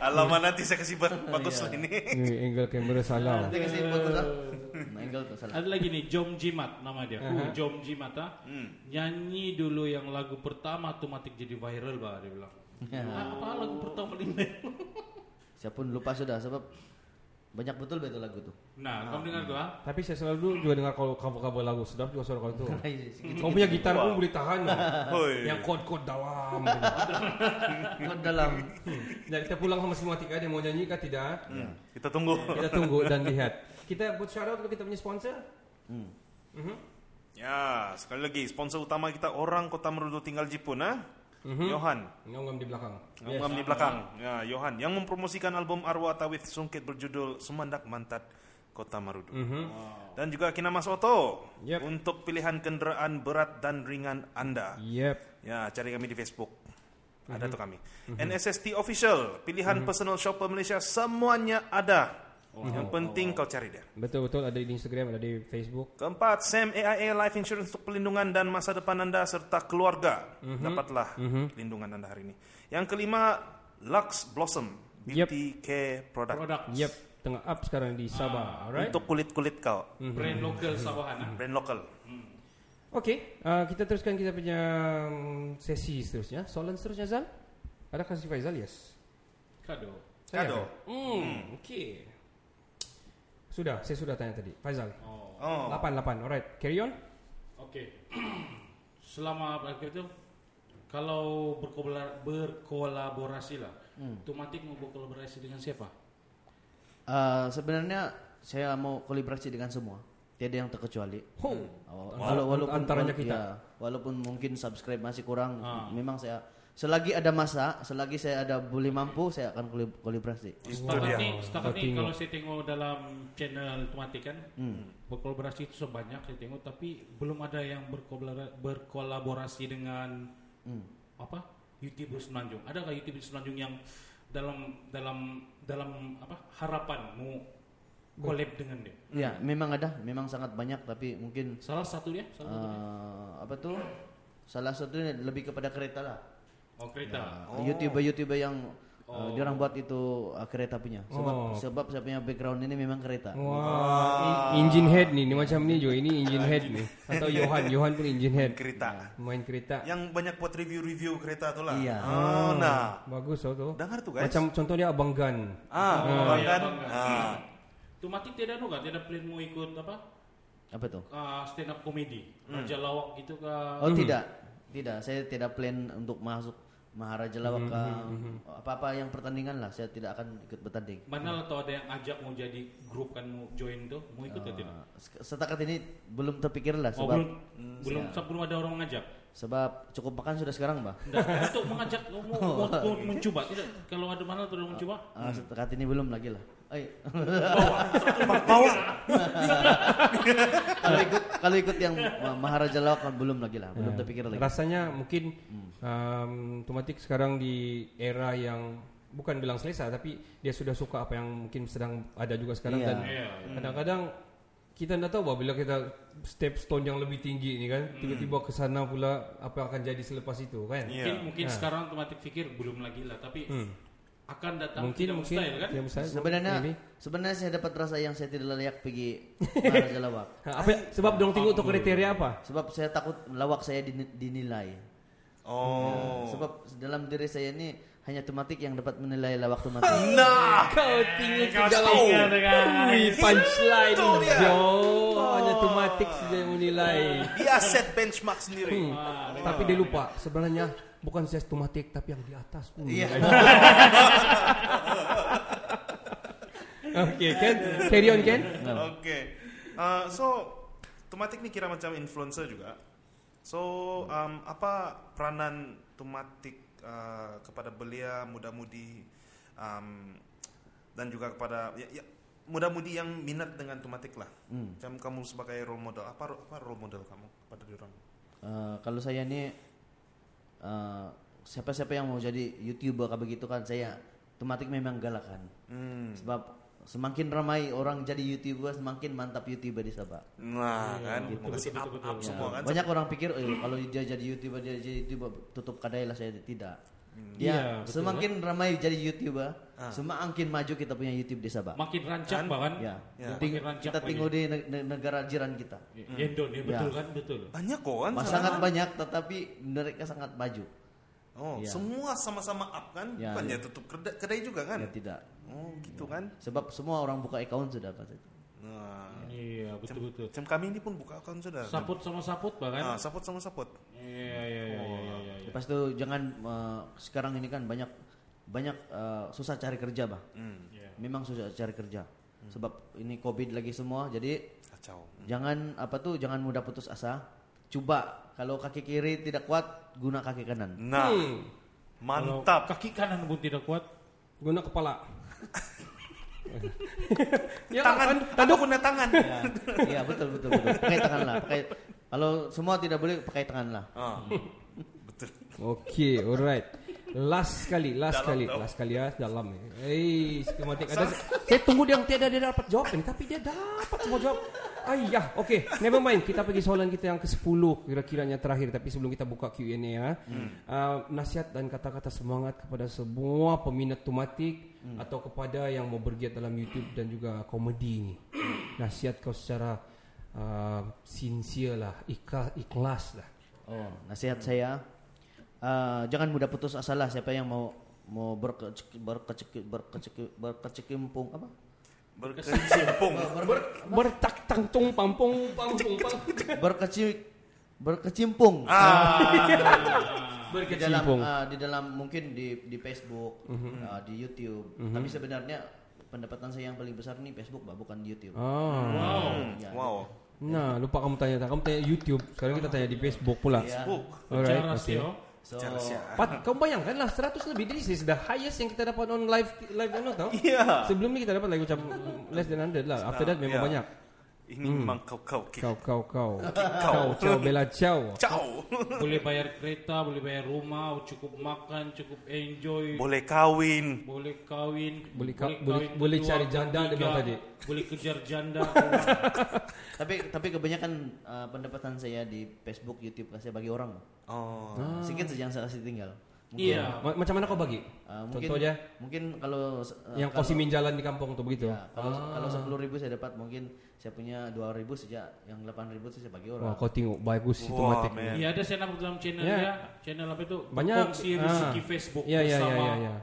Speaker 3: Alamak nanti saya kasih ba- bagus lah
Speaker 2: Iya.
Speaker 3: ini.
Speaker 2: angle kamera salah.
Speaker 5: Nanti kasih fokus lah. Nah, angle tuh salah.
Speaker 4: Ada lagi nih, Jom Jimat nama dia. Uh, Jom Jimat ah. Nyanyi dulu yang lagu pertama Tumatik jadi viral bah dia bilang.
Speaker 2: Hmm.
Speaker 4: Ah, apa lagu pertama di
Speaker 5: Saya Ya. pun lupa sudah sebab banyak betul betul lagu tuh.
Speaker 4: Nah, kamu dengar tuh ah?
Speaker 2: Tapi saya selalu juga dengar kalau cover-cover lagu sedap juga suara kau itu.
Speaker 5: Sedikit.
Speaker 2: Kau punya gitar pun boleh tahan.
Speaker 3: Hoi.
Speaker 2: Yang kod-kod dalam. gitu.
Speaker 5: Kod dalam.
Speaker 2: Dan kita pulang sama Simatika dia mau nyanyi kah tidak?
Speaker 3: Hmm, Kita tunggu.
Speaker 2: Kita tunggu dan lihat. Kita buat shout out untuk kita punya sponsor.
Speaker 3: Ya, sekali lagi sponsor utama kita orang Kota Merudu tinggal Jepun ha.
Speaker 2: Mhm.
Speaker 3: Johan,
Speaker 2: Ngomong di belakang.
Speaker 3: ngam di belakang. Ya, Johan yang mempromosikan album Arwah Tawif Sungkit berjudul Semandak Mantat Kota Merudu.
Speaker 2: Mhm.
Speaker 3: Dan juga Kinamas Oto
Speaker 2: Mm. Yep.
Speaker 3: untuk pilihan kenderaan berat dan ringan Anda.
Speaker 2: Yep. Mhm.
Speaker 3: Ya, cari kami di Facebook. Ada tuh kami. NSST official, pilihan personal shopper Malaysia semuanya ada.
Speaker 2: Oh,
Speaker 3: Yang penting kau cari dia.
Speaker 2: Betul-betul ada di Instagram, ada di Facebook.
Speaker 3: Keempat, Sam AIA Life Insurance untuk pelindungan dan masa depan Anda serta keluarga.
Speaker 2: Mhm.
Speaker 3: Dapatlah pelindungan Anda hari ini. Yang kelima, Lux Blossom Beauty Care Product.
Speaker 4: Produk
Speaker 2: Yep, tengah up sekarang di Sabah. Alright. Mhm.
Speaker 3: Untuk kulit-kulit kau,
Speaker 4: brand
Speaker 2: Hmm.
Speaker 4: lokal Sabahan ah.
Speaker 3: brand lokal.
Speaker 2: Okey, uh, kita teruskan kita punya mm, sesi seterusnya. Soalan seterusnya Zal. Ada kasih Faizal, yes.
Speaker 4: Kado.
Speaker 3: Kado.
Speaker 2: Hmm, okey. Sudah, saya sudah tanya tadi. Faizal.
Speaker 4: Oh.
Speaker 3: Oh,
Speaker 2: Lapan, lapan. Alright, carry on.
Speaker 4: Oke. Selama apa itu kalau berkola- berkolaborasi lah,
Speaker 2: Hmm.
Speaker 4: Tumatik mau berkolaborasi dengan siapa?
Speaker 5: Eh, sebenarnya saya mau kolaborasi dengan semua. Tiada yang terkecuali.
Speaker 2: Ho.
Speaker 5: Oh, Kalau walaupun
Speaker 2: antaranya
Speaker 5: wala-
Speaker 2: kita.
Speaker 5: ya, walaupun mungkin subscribe masih kurang, memang saya selagi ada masa, selagi saya ada boleh mampu, saya akan kolib- kolaborasi.
Speaker 4: Setakat
Speaker 2: dia.
Speaker 4: ini, setakat ini
Speaker 2: Tengok.
Speaker 4: kalau saya tengok dalam channel otomatik kan, berkolaborasi itu sebanyak saya tengok, tapi belum ada yang berkolabora- berkolaborasi dengan apa YouTuber Semenanjung. Adakah YouTuber Semenanjung yang dalam dalam dalam apa harapan mau collab dengan dia?
Speaker 5: Ya, memang ada, memang sangat banyak tapi mungkin
Speaker 4: Salah satu dia, salah satu dia.
Speaker 5: eh, apa tuh? Salah satunya lebih kepada kereta lah.
Speaker 4: Oh kereta.
Speaker 5: YouTuber-YouTuber yang eh, dia orang buat itu eh, kereta punya. Sebab
Speaker 2: Oh.
Speaker 5: sebab saya punya background ini memang kereta.
Speaker 2: Wah, in- engine head ni, ni macam ni juga. Ini engine head ni. Atau Johan, Johan pun engine head.
Speaker 1: Kereta.
Speaker 2: Main kereta.
Speaker 1: Yang banyak buat review-review kereta tu lah.
Speaker 5: Iya.
Speaker 1: Oh, nah.
Speaker 2: Bagus tau tu.
Speaker 1: Dengar tu guys.
Speaker 2: Macam contoh dia Abang Gan.
Speaker 1: ah,
Speaker 2: Mhm.
Speaker 1: Bang
Speaker 4: iya,
Speaker 1: Gan.
Speaker 4: Bang Gan.
Speaker 1: Ah.
Speaker 4: Otomatik tiada nuga, tiada plan mau ikut apa
Speaker 5: Apa tuh?
Speaker 4: ah, stand up comedy, raja lawak gitu kah?
Speaker 5: Oh tidak, tidak. Saya tidak plan untuk masuk Maharaja
Speaker 4: Hmm,
Speaker 5: Lawak ke apa-apa yang pertandingan lah. Saya tidak akan ikut bertanding.
Speaker 4: Mana atau ada yang ajak mau jadi grup kan mau join tuh, mau ikut
Speaker 2: Ah.
Speaker 4: atau tidak?
Speaker 5: Uh, se- Setakat ini belum terpikir lah
Speaker 4: Oh,
Speaker 5: sebab
Speaker 4: belum,
Speaker 1: Hmm,
Speaker 4: belum, sebab belum ada orang mengajak.
Speaker 5: sebab cukup makan sudah sekarang mbak. Eh,
Speaker 4: Tidak, untuk mengajak mau, mau, mau, mau mencoba tidak? Kalau ada mana tuh mencoba?
Speaker 1: Iya.
Speaker 5: Ah, Setakat ini belum lagi lah. Eh,
Speaker 1: Bawa.
Speaker 5: kalau ikut kalau ikut yang Ma- Maharaja Lawak kan belum lagi lah,
Speaker 4: Hmm.
Speaker 5: belum terpikir lagi.
Speaker 2: Ya.
Speaker 5: Hmm.
Speaker 2: Rasanya mungkin um, otomatik sekarang di era yang bukan bilang selesa tapi dia sudah suka apa yang mungkin sedang ada juga sekarang
Speaker 5: Iya.
Speaker 2: dan
Speaker 4: Iya.
Speaker 2: kadang-kadang kita tidak tahu bahwa bila kita step stone yang lebih tinggi ini
Speaker 4: Hmm.
Speaker 2: kan tiba-tiba ke sana pula apa yang akan jadi selepas itu
Speaker 1: Iya.
Speaker 2: kan.
Speaker 4: Mungkin mungkin sekarang otomatik pikir belum lagi lah, tapi
Speaker 1: Hmm.
Speaker 4: akan datang
Speaker 2: Mungkin
Speaker 4: tidak
Speaker 2: mungkin
Speaker 4: mustahil kan?
Speaker 2: tidak mustahil.
Speaker 5: Sebenarnya
Speaker 2: Maybe.
Speaker 5: sebenarnya saya dapat rasa yang saya tidak layak pergi Maharaja Lawak.
Speaker 2: Ha, apa sebab dong tengok tu kriteria apa?
Speaker 5: Sebab saya takut lawak saya dini- dinilai.
Speaker 1: Oh.
Speaker 5: Sebab dalam diri saya ini hanya tematik yang dapat menilai lawak tematik.
Speaker 1: Nah.
Speaker 2: Kau tinggi
Speaker 4: Kau
Speaker 2: sejauh
Speaker 4: tinggal dengan
Speaker 2: Wih, punchline jauh
Speaker 5: Oh.
Speaker 2: hanya tematik saja yang menilai.
Speaker 1: Dia set benchmark sendiri.
Speaker 2: Hmm. Tapi dia lupa sebenarnya bukan saya stomatik tapi yang di atas Hmm. pun.
Speaker 5: Iya.
Speaker 2: Okey, Ken. Carry on, Ken.
Speaker 1: Oke. Uh, so, Tumatik nih kira macam influencer juga. So, um, apa peranan Tumatik uh, kepada belia muda-mudi um, dan juga kepada ya, ya, muda-mudi yang minat dengan Tumatik lah. Macam kamu sebagai role model, apa ro- apa role model kamu kepada orang?
Speaker 5: Eh, kalau saya ini eh, siapa-siapa yang mau jadi youtuber kayak begitu kan saya tematik memang galakan.
Speaker 1: Hmm.
Speaker 5: Sebab semakin ramai orang jadi youtuber semakin mantap youtuber di Sabah.
Speaker 1: Nah, kan mau kasih up, up
Speaker 5: Ya,
Speaker 1: semua kan.
Speaker 5: Banyak orang pikir "Eh, kalau dia jadi youtuber dia jadi youtuber tutup kedai lah saya tidak.
Speaker 1: Hmm.
Speaker 2: Iya,
Speaker 5: Ya, semakin ramai jadi youtuber,
Speaker 1: Ah.
Speaker 5: semakin maju kita punya YouTube di Sabah.
Speaker 4: Makin rancak bahkan.
Speaker 2: Iya.
Speaker 5: Ya,
Speaker 1: Ya.
Speaker 5: Ting-
Speaker 4: Makin rancak
Speaker 5: kita tinggal di ne- ne- negara jiran kita.
Speaker 4: Endon
Speaker 2: Iya.
Speaker 4: ya betul kan betul.
Speaker 1: Banyak kok kan.
Speaker 5: Mas sangat banyak, tetapi mereka sangat maju.
Speaker 1: Oh,
Speaker 5: Ya.
Speaker 1: semua sama-sama up kan?
Speaker 5: Ya,
Speaker 1: Bukan
Speaker 5: ya.
Speaker 1: ya tutup kedai, kedai juga kan?
Speaker 5: Ya tidak.
Speaker 1: Oh, gitu kan.
Speaker 5: Sebab semua orang buka account sudah pasti.
Speaker 1: Nah,
Speaker 4: Iya betul betul.
Speaker 1: macam kami ini pun buka
Speaker 3: kan,
Speaker 1: akun sudah.
Speaker 4: Saput sama saput
Speaker 1: Ah,
Speaker 2: kan?
Speaker 4: bahkan.
Speaker 1: support sama support.
Speaker 4: Iya iya iya iya iya. iya.
Speaker 5: Lepas itu jangan eh, sekarang ini kan banyak banyak eh, susah cari kerja, Bah.
Speaker 1: Hmm.
Speaker 4: Iya.
Speaker 5: Memang susah cari kerja. Sebab ini Covid lagi semua, jadi
Speaker 1: Kacau.
Speaker 5: jangan apa tuh jangan mudah putus asa. Coba kalau kaki kiri tidak kuat, guna kaki kanan.
Speaker 1: Nah,
Speaker 2: Hmm.
Speaker 1: mantap.
Speaker 4: Kaki kanan pun tidak kuat.
Speaker 2: Guna kepala. ya,
Speaker 1: tangan,
Speaker 2: kan, Ya.
Speaker 1: tanduk guna tangan.
Speaker 5: Iya, betul betul betul. Pakai tangan lah, pakai kalau semua tidak boleh pakai tangan lah.
Speaker 1: Ah, betul.
Speaker 2: Okey, alright. Last sekali,
Speaker 1: Dalam
Speaker 2: last sekali,
Speaker 1: tau.
Speaker 2: last sekali ya, dalam. ni. Eh, skematik ada. Saya tunggu dia yang tiada dia dapat jawab ni, tapi dia dapat semua jawab. Ayah, okey, never mind. Kita pergi soalan kita yang ke-10 kira-kiranya terakhir tapi sebelum kita buka Q&A ya.
Speaker 1: Hmm.
Speaker 2: Uh, nasihat dan kata-kata semangat kepada semua peminat tumatik
Speaker 1: Hmm.
Speaker 2: atau kepada yang mau bergiat dalam YouTube dan juga komedi ni. Nasihat kau secara uh, sincere lah, ikhlas, ikhlas lah.
Speaker 5: Oh, nasihat saya eh, jangan mudah putus asa lah siapa yang mau mau berkecek berkecek berkecek berkecekimpung apa?
Speaker 1: Berkecimpung.
Speaker 2: Oh, bertak tangtung pampung pampung pampung
Speaker 5: Berkecik berkecimpung Ah, di dalam
Speaker 2: berkecimpung Mhm.
Speaker 5: eh, di dalam mungkin di di Facebook, eh, di YouTube. Tapi sebenarnya pendapatan saya yang paling besar nih Facebook, Mbak, bukan YouTube.
Speaker 2: ah
Speaker 1: Hmm,
Speaker 2: Oh.
Speaker 1: wow.
Speaker 2: nah lupa kamu tanya kamu tanya YouTube sekarang kita tanya di Facebook pula
Speaker 1: Book.
Speaker 2: alright
Speaker 4: Cara
Speaker 2: okay.
Speaker 4: sih oh.
Speaker 5: So,
Speaker 2: Pat, kau bayangkan lah 100 lebih This is the highest yang kita dapat on live live anu tau.
Speaker 3: Iya.
Speaker 2: Sebelum ni kita dapat lagi macam less than 100 lah. After that memang
Speaker 3: Ya.
Speaker 2: banyak.
Speaker 3: Ini
Speaker 2: Hmm.
Speaker 3: memang kau-kau kick.
Speaker 2: Kau kau kau. Kau ciao bela ciao.
Speaker 3: Ciao.
Speaker 4: boleh bayar kereta, boleh bayar rumah, cukup makan, cukup enjoy,
Speaker 3: Boleh kawin.
Speaker 4: boleh kawin,
Speaker 2: Boleh ka- boleh- boleh cari janda, dia bilang tadi.
Speaker 4: boleh kejar janda.
Speaker 5: tapi tapi kebanyakan uh, pendapatan saya di Facebook, YouTube saya bagi orang.
Speaker 3: Oh.
Speaker 2: Ah.
Speaker 5: Sedikit saja yang saya kasih tinggal. Mungkin,
Speaker 4: iya,
Speaker 2: Ma- Macam mana kau bagi?
Speaker 5: uh, mungkin
Speaker 2: Contoh aja
Speaker 5: mungkin kalau uh,
Speaker 2: yang kau
Speaker 5: kalau-
Speaker 2: simin jalan di kampung tu begitu.
Speaker 5: Ya, kalau kalau sepuluh ribu saya dapat mungkin saya punya dua ribu saja, yang delapan ribu saya bagi orang.
Speaker 2: Wah, kau tengok bagus itu
Speaker 3: Wah,
Speaker 2: matik.
Speaker 3: man.
Speaker 4: iya ada saya nampak dalam channel
Speaker 2: Ya.
Speaker 4: ya, channel apa itu?
Speaker 2: Banyak
Speaker 4: kongsi rezeki
Speaker 2: ah.
Speaker 4: Facebook
Speaker 2: ya, ya,
Speaker 4: bersama
Speaker 2: ya, ya, ya.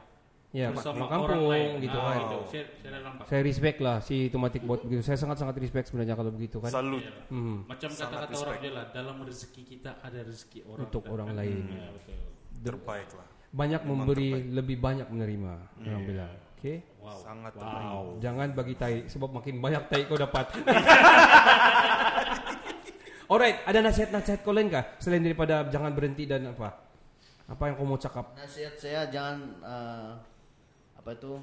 Speaker 2: Ya,
Speaker 4: bersama
Speaker 2: mak-
Speaker 4: orang lain
Speaker 2: kampung gitu
Speaker 4: Ah,
Speaker 2: kan.
Speaker 4: gitu. Saya, saya nampak.
Speaker 2: Saya respect lah si Tumatik buat begitu. Saya sangat-sangat respect sebenarnya kalau begitu kan.
Speaker 3: Salut.
Speaker 4: Iya.
Speaker 2: Hmm.
Speaker 4: Macam kata-kata orang je lah, dalam rezeki kita ada rezeki orang.
Speaker 2: Untuk
Speaker 4: kan?
Speaker 2: orang lain.
Speaker 4: Ya, betul.
Speaker 2: Iya.
Speaker 3: Terbaik lah.
Speaker 2: Banyak memberi, lebih banyak menerima. Orang bilang. Okay.
Speaker 4: Wow.
Speaker 3: Sangat
Speaker 4: wow.
Speaker 2: Jangan bagi tai sebab makin banyak tai kau dapat. Alright, ada nasihat-nasihat kau lain kah selain daripada jangan berhenti dan apa? Apa yang kau mau cakap?
Speaker 5: Nasihat saya jangan eh, apa itu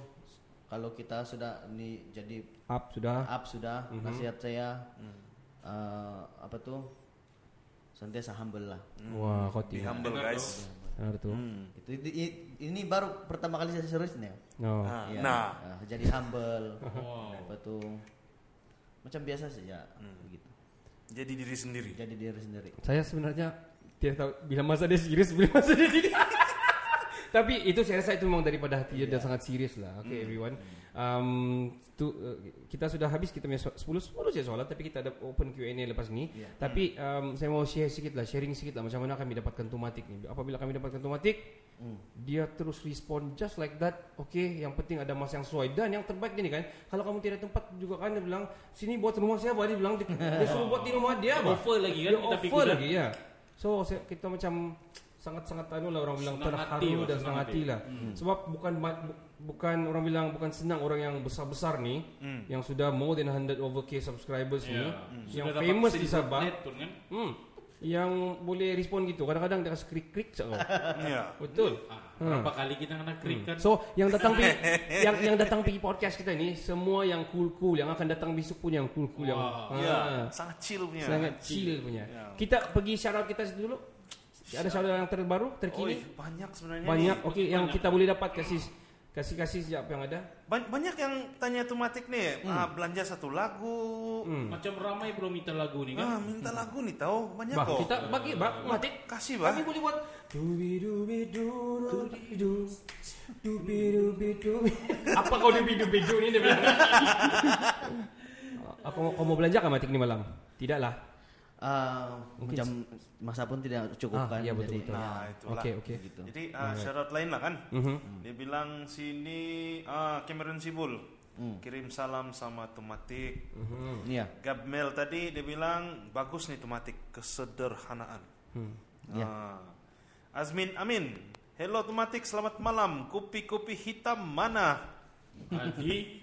Speaker 5: kalau kita sudah ini jadi
Speaker 2: Up sudah.
Speaker 5: up sudah nasihat saya Hmm. eh, apa tuh sentiasa humble lah.
Speaker 2: Wah, kau
Speaker 3: Be
Speaker 2: tidak.
Speaker 3: humble guys.
Speaker 2: Benar tu.
Speaker 3: Hmm.
Speaker 5: Itu i- i- ini baru pertama kali saya serius nih.
Speaker 2: No.
Speaker 3: Ah,
Speaker 5: Iya.
Speaker 3: Nah,
Speaker 5: Ah, jadi humble.
Speaker 4: Wow.
Speaker 5: Apa tuh macam biasa saja begitu.
Speaker 3: jadi diri sendiri.
Speaker 2: Iya.
Speaker 5: Jadi diri sendiri.
Speaker 2: Saya sebenarnya tidak tahu bila masa dia serius, bila masa dia tidak. Tapi itu saya rasa itu memang daripada hati dia dan sangat serius lah. Okay everyone. Um, tu, uh, kita sudah habis kita punya so- 10 10 je soalan tapi kita ada open Q&A lepas ni. Tapi um, saya mau share sikit lah, sharing sikit lah macam mana kami dapatkan tumatik ni. Apabila kami dapatkan tumatik dia terus respon just like that. Okay, yang penting ada mas yang sesuai dan yang terbaik gini kan. Kalau kamu tidak tempat juga kan dia bilang sini buat rumah saya, dia bilang dia, dia suruh buat di rumah dia. bah.
Speaker 4: Offer lagi kan
Speaker 2: Dia
Speaker 4: kita
Speaker 2: offer
Speaker 4: pikir.
Speaker 2: lagi ya. So saya- kita macam sangat-sangat anu lah orang bilang
Speaker 4: Senang hati
Speaker 2: terharu
Speaker 4: lah,
Speaker 2: dan
Speaker 4: senang
Speaker 2: senang hati lah. Sebab bukan ma- bu- bukan orang bilang bukan senang orang yang besar-besar ni yang sudah more than 100 over k subscribers ni
Speaker 4: Hmm. Ya.
Speaker 2: Hmm. yang
Speaker 4: Sudah dapat
Speaker 2: famous di
Speaker 4: silver
Speaker 2: Sabah.
Speaker 4: plate pun kan?
Speaker 2: Hmm. Yang boleh respon gitu. Kadang-kadang dia kasi krik-krik sak kau.
Speaker 3: Iya.
Speaker 2: Betul.
Speaker 4: Ah, Berapa kali kita kena krik kan?
Speaker 2: So yang datang pi yang yang datang pi podcast kita ni semua yang cool-cool yang akan datang besok pun yang cool-cool yang.
Speaker 4: Wah,
Speaker 2: Ah.
Speaker 4: ya.
Speaker 3: Iya. Sangat chill punya.
Speaker 2: Sangat chill punya. Kita pergi shout out kita dulu. Ada shout out yang terbaru,
Speaker 3: Oi,
Speaker 2: terkini.
Speaker 3: banyak sebenarnya.
Speaker 2: banyak.
Speaker 3: nih.
Speaker 2: Okey, yang kita boleh dapat kasih kasih kasih siapa yang ada.
Speaker 3: Ba- banyak yang tanya tumatik nih.
Speaker 2: Hmm.
Speaker 3: Ah, belanja satu lagu.
Speaker 4: Macam ramai belum minta lagu nih kan?
Speaker 3: Ah, minta lagu nih tahu. Banyak
Speaker 2: Bah,
Speaker 3: kok.
Speaker 2: kita bagi bah, mati.
Speaker 3: Kasih bah.
Speaker 2: Kami boleh buat dubi dubi du du di, du dubi dubi du. Apa kau dubi dubi du ni dia bilang? Aku kau mau belanja kah matik ni malam? Tidaklah.
Speaker 5: Ah, macam masa pun tidak
Speaker 2: Ah,
Speaker 5: cukup kan.
Speaker 2: iya, betul,
Speaker 5: jadi,
Speaker 2: betul.
Speaker 5: ya.
Speaker 3: Nah, itulah.
Speaker 2: Okey, okey.
Speaker 5: Gitu.
Speaker 3: Jadi uh, syarat lain lah kan.
Speaker 2: Mhm.
Speaker 3: Dia bilang sini ah, Cameron Sibul kirim salam sama Tumatik.
Speaker 2: Mhm.
Speaker 5: Iya.
Speaker 3: Gabmel tadi dia bilang bagus nih Tumatik kesederhanaan.
Speaker 2: Hmm.
Speaker 3: Ah. Azmin Amin. Hello Tumatik, selamat malam. Kopi-kopi hitam mana?
Speaker 4: Adi,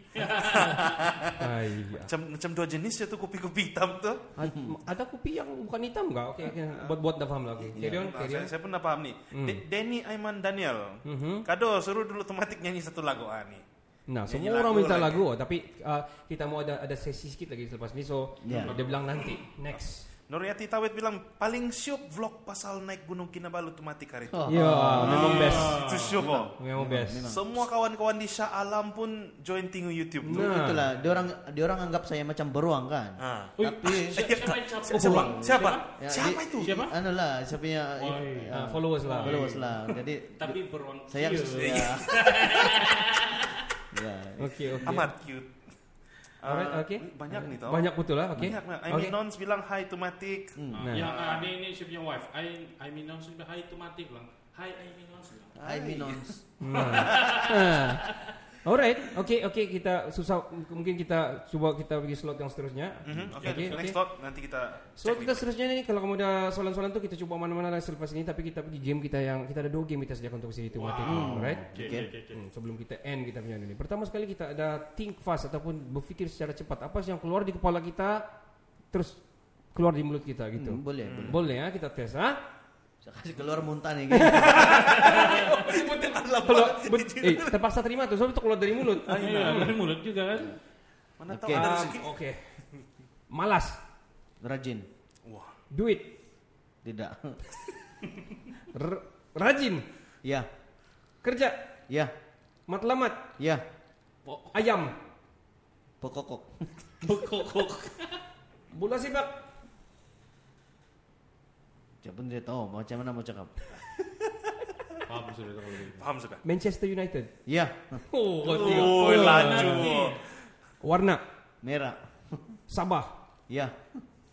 Speaker 2: Hai.
Speaker 3: Macam macam dua jenis ya tuh kopi-kopi hitam tuh.
Speaker 2: Ad- Ada kopi yang bukan hitam enggak? Okey, okey. buat-buat dah faham lah. Okey. Carry on,
Speaker 3: Nah,
Speaker 2: carry on.
Speaker 3: saya, saya pernah paham nih. Hmm. Mm-hmm. De- Denny Aiman Daniel. Kado suruh dulu Tumatik nyanyi satu lagu ah nih.
Speaker 2: Nah,
Speaker 3: Nyanyi
Speaker 2: semua orang
Speaker 3: lagu
Speaker 2: minta
Speaker 3: lagi.
Speaker 2: lagu tapi uh, kita mau ada ada sesi sikit lagi selepas ni so
Speaker 5: Ya.
Speaker 2: dia bilang nanti next.
Speaker 3: Nuriati Tawid bilang paling syuk vlog pasal naik Gunung Kinabalu Tumatik hari itu.
Speaker 5: Oh.
Speaker 2: Ya, memang best.
Speaker 3: Itu syuk kok.
Speaker 2: Memang best.
Speaker 3: Semua kawan-kawan di Shah Alam pun join tingu YouTube tuh.
Speaker 2: Nah.
Speaker 5: Itulah, dia orang dia orang anggap saya macam beruang kan.
Speaker 3: Ah.
Speaker 4: Ui,
Speaker 5: Tapi
Speaker 4: siapa siapa yang capek? Oh,
Speaker 3: Siapa?
Speaker 4: Orang?
Speaker 3: Siapa?
Speaker 5: ya,
Speaker 3: Siapa
Speaker 5: di-
Speaker 3: itu?
Speaker 5: di- Anu lah, saya punya
Speaker 4: Oi.
Speaker 5: ya,
Speaker 2: Ah, followers lah.
Speaker 5: followers lah. Jadi
Speaker 4: Tapi Iya. Ah. beruang
Speaker 5: saya
Speaker 4: kecil.
Speaker 2: Iya.
Speaker 5: ya. ya.
Speaker 2: Okey, okey.
Speaker 3: Amat cute. Ah,
Speaker 2: Alright, okey.
Speaker 3: Banyak Hmm. nih tau.
Speaker 2: Banyak betul lah, okey.
Speaker 3: Banyak. nah. I
Speaker 2: Okey.
Speaker 3: mean Nons bilang hi Tumatik.
Speaker 4: Ah,
Speaker 2: Nah.
Speaker 4: Yang ada ini siapa punya wife? I I mean non sudah hai tumatik lang. Hai I mean non sudah.
Speaker 5: Hai Minons.
Speaker 2: Nah. Ah. Alright, okey okey kita susah mungkin kita coba kita pergi slot yang seterusnya.
Speaker 3: Mhm, Oke,
Speaker 2: Okey, okey.
Speaker 3: next talk nanti kita
Speaker 2: So
Speaker 3: cek
Speaker 2: kita
Speaker 3: nih.
Speaker 2: seterusnya ni kalau kamu ada soalan-soalan tu kita cuba mana-mana lah selepas ini tapi kita pergi game kita yang kita ada dua game kita sediakan untuk sini tu Matik. Alright.
Speaker 4: Oke
Speaker 5: Oke.
Speaker 4: oke oke.
Speaker 2: Hmm, sebelum kita end kita punya ini. Pertama sekali kita ada think fast ataupun berfikir secara cepat. Apa sih yang keluar di kepala kita terus keluar di mulut kita gitu.
Speaker 5: Hmm, boleh, boleh.
Speaker 2: Boleh ya kita tes ha?
Speaker 5: Saya kasih keluar muntah nih. Gitu.
Speaker 2: Kalau bet- eh, terpaksa terima tuh, soalnya itu keluar dari mulut.
Speaker 4: Ah, iya, dari mulut juga kan.
Speaker 1: Mana tahu
Speaker 5: Oke.
Speaker 3: Ah.
Speaker 1: ada
Speaker 2: Um,
Speaker 1: rezeki.
Speaker 2: Oke. Malas,
Speaker 5: Rajin.
Speaker 1: Wah,
Speaker 2: duit,
Speaker 5: Tidak.
Speaker 2: r- rajin,
Speaker 5: ya.
Speaker 2: kerja,
Speaker 5: Ya.
Speaker 2: matlamat,
Speaker 5: Ya.
Speaker 2: ayam,
Speaker 5: Pokokok.
Speaker 4: Bekokok.
Speaker 2: bola sepak,
Speaker 5: Siapa dia tahu macam mana mau cakap.
Speaker 4: Paham sudah kalau begitu.
Speaker 1: paham sudah.
Speaker 2: Manchester United.
Speaker 5: Ya.
Speaker 2: Oh, kau tengok.
Speaker 1: Oh, laju.
Speaker 2: Warna,
Speaker 5: Merah.
Speaker 2: Sabah,
Speaker 5: Ya.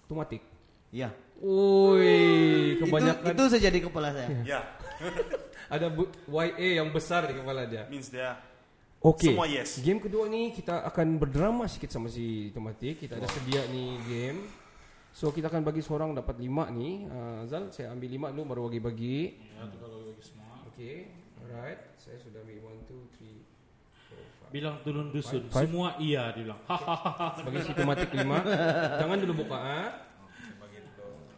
Speaker 2: Tumatik.
Speaker 5: Ya.
Speaker 2: Oi,
Speaker 5: Itu,
Speaker 2: kebanyakan Iya.
Speaker 5: itu saja di kepala saya.
Speaker 1: Ya,
Speaker 2: ada bu- YA yang besar di kepala dia.
Speaker 1: means dia.
Speaker 2: Okey.
Speaker 1: Semua yes.
Speaker 2: Game kedua ni kita akan berdrama sikit sama si Tomatik. Kita ada sedia ni game. So kita akan bagi seorang dapat lima ni. Uh, Zal, saya ambil lima dulu baru bagi-bagi.
Speaker 4: Ya, tu kalau bagi semua.
Speaker 2: Okay. Alright. Saya sudah ambil one, two, three, four, five.
Speaker 4: Bilang turun dusun.
Speaker 2: Five.
Speaker 4: Semua iya dibilang. Hahaha.
Speaker 2: Bagi si Tomatik lima. Jangan dulu buka ah.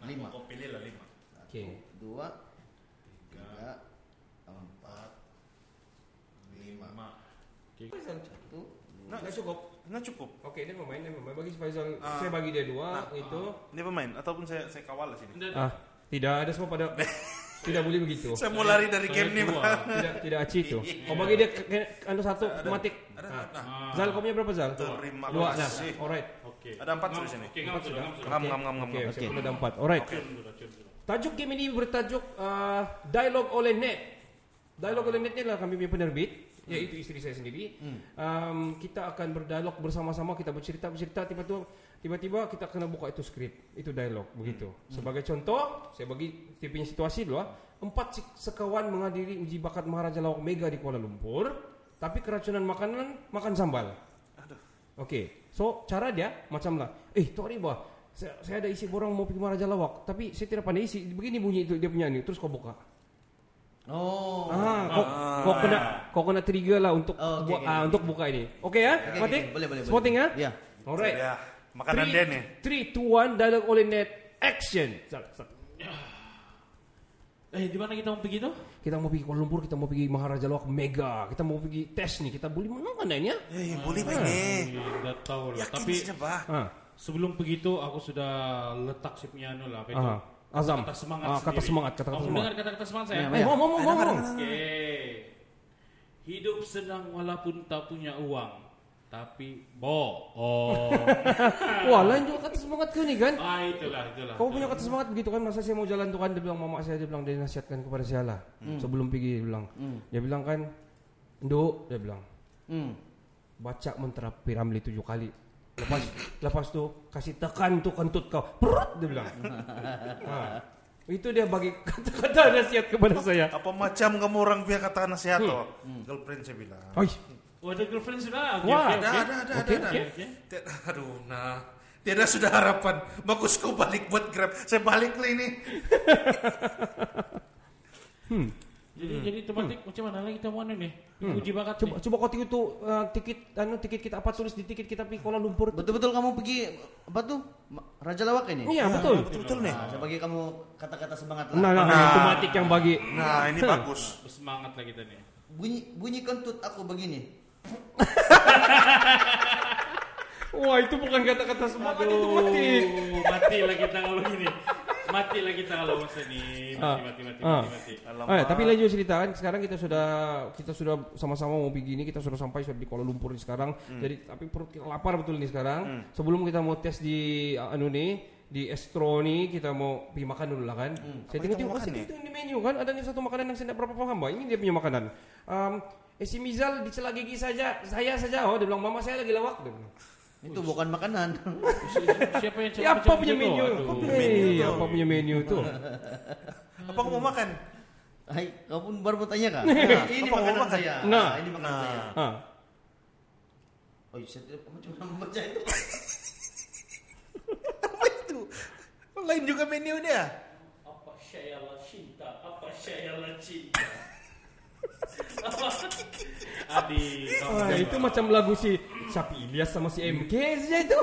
Speaker 5: Lima.
Speaker 1: Kau pilih lah lima.
Speaker 2: Okay.
Speaker 5: Dua. Tiga. Empat.
Speaker 1: Lima.
Speaker 5: Satu.
Speaker 1: Nah,
Speaker 2: Dah cukup.
Speaker 1: nah cukup.
Speaker 2: Okay, never mind, never mind. Bagi si Faizal,
Speaker 1: Ah.
Speaker 2: saya bagi dia dua. itu.
Speaker 1: Never mind. Ataupun saya saya kawal lah sini.
Speaker 2: Ah, tidak ada semua pada tidak boleh begitu.
Speaker 1: Saya mau lari dari game ni.
Speaker 4: dua.
Speaker 1: Pak.
Speaker 2: tidak tidak aci itu. Oh bagi dia ke- ke- anu satu otomatik. Ah. Zal kau punya berapa Zal?
Speaker 1: Terima
Speaker 2: Dua dah.
Speaker 1: kasih.
Speaker 2: Alright.
Speaker 4: Okey.
Speaker 1: Ada empat sudah sini.
Speaker 4: Okey, ngam sudah. ngam sudah.
Speaker 1: Ngam ngam ngam ngam.
Speaker 2: Okey,
Speaker 1: ngam.
Speaker 2: saya perlu ada empat. Alright.
Speaker 4: Cun sudah, cun sudah.
Speaker 2: Tajuk game ini bertajuk uh, Dialog oleh Net. Dialog oleh Net ni adalah kami punya penerbit iaitu isteri saya sendiri.
Speaker 1: Hmm.
Speaker 2: Um, kita akan berdialog bersama-sama, kita bercerita-bercerita tiba-tiba tiba-tiba kita kena buka itu skrip, itu dialog
Speaker 1: Hmm.
Speaker 2: begitu. Sebagai contoh, saya bagi dia punya situasi dulu ah. Empat si- sekawan menghadiri uji bakat Maharaja Lawak Mega di Kuala Lumpur, tapi keracunan makanan makan sambal. Okey. So cara dia macam lah. Eh Tok Riba, saya, saya ada isi borang mau pergi Maharaja Lawak, tapi saya tidak pandai isi. Begini bunyi itu dia punya ni. Terus kau buka.
Speaker 5: Oh.
Speaker 2: Ah, kau, kau kena kau kena trigger lah untuk
Speaker 5: Oh, okey,
Speaker 2: buat,
Speaker 5: okey,
Speaker 2: ah, untuk buka ini. Okey ya?
Speaker 5: Okey,
Speaker 2: Matik?
Speaker 5: okey, okey. Boleh, boleh, boleh.
Speaker 2: Spotting ya?
Speaker 5: Ya.
Speaker 2: Alright.
Speaker 1: Ya, makanan
Speaker 2: Three-
Speaker 1: dia ni.
Speaker 2: Three, two, one. dialog oleh net action. Salah, salah.
Speaker 4: Eh, di mana kita mau pergi tu?
Speaker 2: Kita mau pergi Kuala Lumpur, kita mau pergi Maharaja Lawak Mega, kita mau pergi tes ni, kita boleh menang kan ya?
Speaker 1: Eh, boleh
Speaker 4: Hmm.
Speaker 1: banget.
Speaker 3: Iya.
Speaker 4: Tidak tahu lah.
Speaker 1: Yakin
Speaker 4: Tapi
Speaker 1: saja, Pak.
Speaker 2: Ah,
Speaker 4: sebelum pergi tu aku sudah letak si punya anu lah. apa itu?
Speaker 2: ah, Azam.
Speaker 4: Kata semangat
Speaker 2: Ah, kata
Speaker 4: sendiri.
Speaker 2: semangat, kata
Speaker 4: Kamu
Speaker 2: semangat.
Speaker 4: dengar kata-kata semangat
Speaker 3: Ya,
Speaker 4: saya?
Speaker 2: Eh, mau, mau, mau, mau, mau.
Speaker 4: Okey. Hidup senang walaupun tak punya uang. Tapi bohong.
Speaker 2: Wah, lain juga kata semangat kau ni kan?
Speaker 4: ah itulah itulah.
Speaker 2: Kau punya kata semangat begitu kan masa saya mau jalan tuh kan dia bilang mama saya dia bilang dia nasihatkan kepada saya lah sebelum pergi dia bilang dia bilang kan Nduk dia bilang
Speaker 5: Hmm.
Speaker 2: baca mantra piramli tujuh kali lepas lepas tuh kasih tekan tuh kentut kau perut dia bilang ha. itu dia bagi kata-kata nasihat kepada saya
Speaker 1: Apa macam kamu orang punya kata nasihat toh? Girlfriend saya bilang.
Speaker 2: Oi,
Speaker 4: Oh, ada girlfriend sudah. Okey,
Speaker 2: Wah.
Speaker 4: okey,
Speaker 1: Ada,
Speaker 4: okey.
Speaker 1: ada, ada,
Speaker 2: Okey,
Speaker 1: ada.
Speaker 2: okey,
Speaker 4: okey.
Speaker 1: Tiada, aduh, nah. Tiada sudah harapan. Bagus kau balik buat Grab. Saya balik lah ini.
Speaker 4: Jadi jadi tematik macam mana lagi kita mau anu ni? Uji bakat.
Speaker 2: coba coba kau tiru tuh uh, tiket anu tiket kita apa tulis di tiket kita pergi Kuala Lumpur.
Speaker 5: Betul-betul kamu pergi apa tuh? Ma- Raja Lawak ini?
Speaker 2: Iya betul.
Speaker 1: Betul nih.
Speaker 5: Nah, saya bagi kamu kata-kata semangat lah.
Speaker 2: Nah, nah,
Speaker 1: Nah.
Speaker 2: otomatik yang bagi.
Speaker 1: Nah, ini bagus.
Speaker 4: Bersemangat lah kita ni.
Speaker 5: Bunyi bunyi kentut aku begini.
Speaker 2: Wah itu bukan kata-kata semangat itu mati.
Speaker 4: Aduh, mati lah kita kalau gini. Mati lah kita kalau masa ni. Mati, mati, mati,
Speaker 2: Ah.
Speaker 4: mati, mati.
Speaker 1: Alamak.
Speaker 2: Eh, tapi lanjut cerita kan sekarang kita sudah kita sudah sama-sama mau begini kita sudah sampai sudah di Kuala Lumpur nih sekarang
Speaker 4: Hmm.
Speaker 2: jadi tapi perut kita lapar betul nih sekarang sebelum kita mau tes di uh, anu nih di Estro nih kita mau pergi makan dulu lah kan
Speaker 4: Hmm.
Speaker 1: Apa yang
Speaker 2: saya tengok-tengok
Speaker 1: kita makan
Speaker 2: saya
Speaker 1: nih?
Speaker 4: ya?"
Speaker 2: tengok di menu kan ada nih satu makanan yang saya tidak berapa paham Pak ini dia punya makanan um, eh si Mizal dicela gigi saja saya saja oh dia bilang mama saya lagi lawak dia bilang.
Speaker 5: Itu bukan makanan.
Speaker 4: Siapa yang
Speaker 2: Ya, apa punya menu?
Speaker 4: Aduh.
Speaker 2: Apa punya menu? Eh, apa punya menu itu?
Speaker 1: Apa kamu mau makan?
Speaker 5: Hai, kau pun baru mau tanya kah? Nah,
Speaker 1: Apa
Speaker 5: ini
Speaker 1: mau
Speaker 5: makanan
Speaker 1: makan?
Speaker 5: saya.
Speaker 2: Nah.
Speaker 5: ini makanan saya.
Speaker 2: Ha.
Speaker 5: Oh, saya tidak- kamu cuma membaca itu.
Speaker 1: Apa itu? Lain juga menu dia.
Speaker 4: Apa syayalah cinta? Apa syayalah cinta? Apa? Adi, kamu
Speaker 2: Ah,
Speaker 4: jangan.
Speaker 2: itu macam lagu si Syafi Ilyas sama si MK saja itu.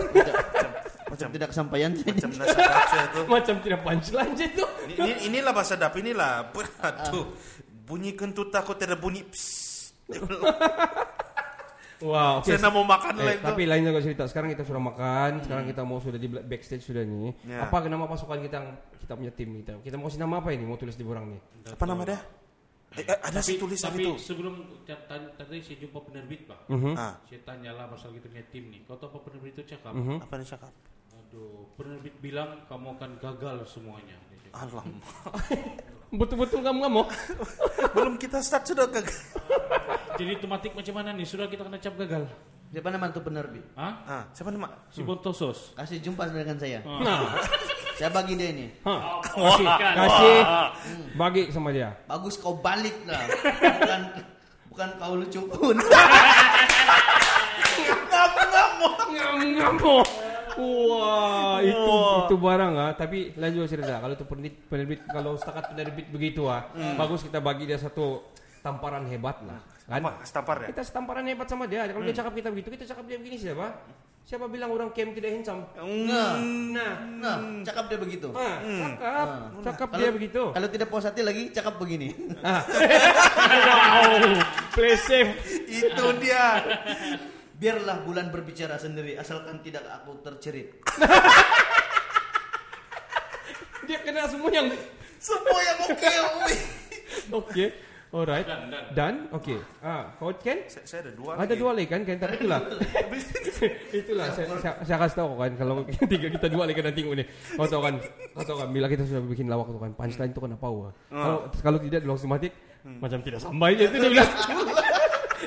Speaker 5: macam tidak kesampaian
Speaker 1: Macam nasihat aku itu.
Speaker 2: Macam tidak punchline je tu.
Speaker 1: Ini, ini, inilah bahasa dap, inilah.
Speaker 2: Ah.
Speaker 1: Aduh. Bunyi kentut aku tidak bunyi. Psst.
Speaker 2: Eh, Wow.
Speaker 1: Saya
Speaker 2: Okay.
Speaker 1: nak mau makan
Speaker 2: Eh,
Speaker 1: lain tu. Hmm.
Speaker 2: tapi lain juga cerita. Sekarang kita sudah makan, sekarang kita mau sudah di bla- backstage sudah ni.
Speaker 1: Ya.
Speaker 2: Apa nama pasukan kita kita punya tim kita? Kita mau kasih nama apa ini? Mau tulis di borang ni?
Speaker 1: Apa nama dia? Eh, eh, ada si
Speaker 4: Tapi-
Speaker 1: tulis
Speaker 4: tapi
Speaker 1: hari itu.
Speaker 4: sebelum ta- ta- tadi saya jumpa penerbit pak
Speaker 1: Ah,
Speaker 4: saya tanyalah pasal kita punya tim nih kau tahu apa penerbit itu cakap
Speaker 1: apa dia cakap?
Speaker 4: aduh penerbit bilang kamu akan gagal semuanya Dia cakap.
Speaker 1: Alam.
Speaker 2: Betul-betul kamu kamu.
Speaker 1: Belum kita start sudah ke.
Speaker 4: jadi otomatis macam mana nih sudah kita kena cap gagal
Speaker 5: Siapa nama tu penerbit?
Speaker 4: Hah?
Speaker 1: Ah, siapa nama?
Speaker 4: si Bontosos
Speaker 5: Kasih jumpa dengan saya.
Speaker 2: Nah,
Speaker 5: Saya bagi dia ini.
Speaker 2: ha.
Speaker 4: Oh,
Speaker 2: kasih, kasih, bagi sama dia.
Speaker 5: Bagus kau balik lah. Bukan bukan kau lucu pun.
Speaker 2: Ngam-ngamu. Oh. Wah, itu itu barang ah. Tapi lain juga cerita. Kalau itu penerbit, penerbit kalau setakat penerbit begitu ah, bagus kita bagi dia satu tamparan hebat lah. Kan?
Speaker 1: Apa? Stampar ya?
Speaker 2: Kita setamparan hebat sama dia. Kalau dia cakap kita begitu, kita cakap dia begini siapa? Siapa bilang orang kem tidak handsome?
Speaker 5: Nah,
Speaker 2: Nah,
Speaker 5: nah, cakap dia begitu.
Speaker 2: ah, cakap, cakap dia begitu.
Speaker 5: Kalau tidak puas hati lagi cakap begini.
Speaker 2: Ah. wow, play safe.
Speaker 1: Itu dia.
Speaker 5: Biarlah bulan berbicara sendiri asalkan tidak aku tercerit.
Speaker 2: Dia kena semua yang
Speaker 1: Semua yang oke. oke.
Speaker 2: Okey. Alright. Dan okey. Ah, kau kan?
Speaker 1: Saya, saya ada dua
Speaker 2: Ada
Speaker 1: lagi.
Speaker 2: dua lagi kan, kan tapi itulah. itulah saya, saya, saya kasih tahu kan kalau tiga kita dua lagi nanti ini. Kau tahu kan, kau tahu kan bila kita sudah bikin lawak itu kan punchline itu kan apa wah. Kalau kalau tidak dalam sistematik macam tidak sampai itu dia bilang.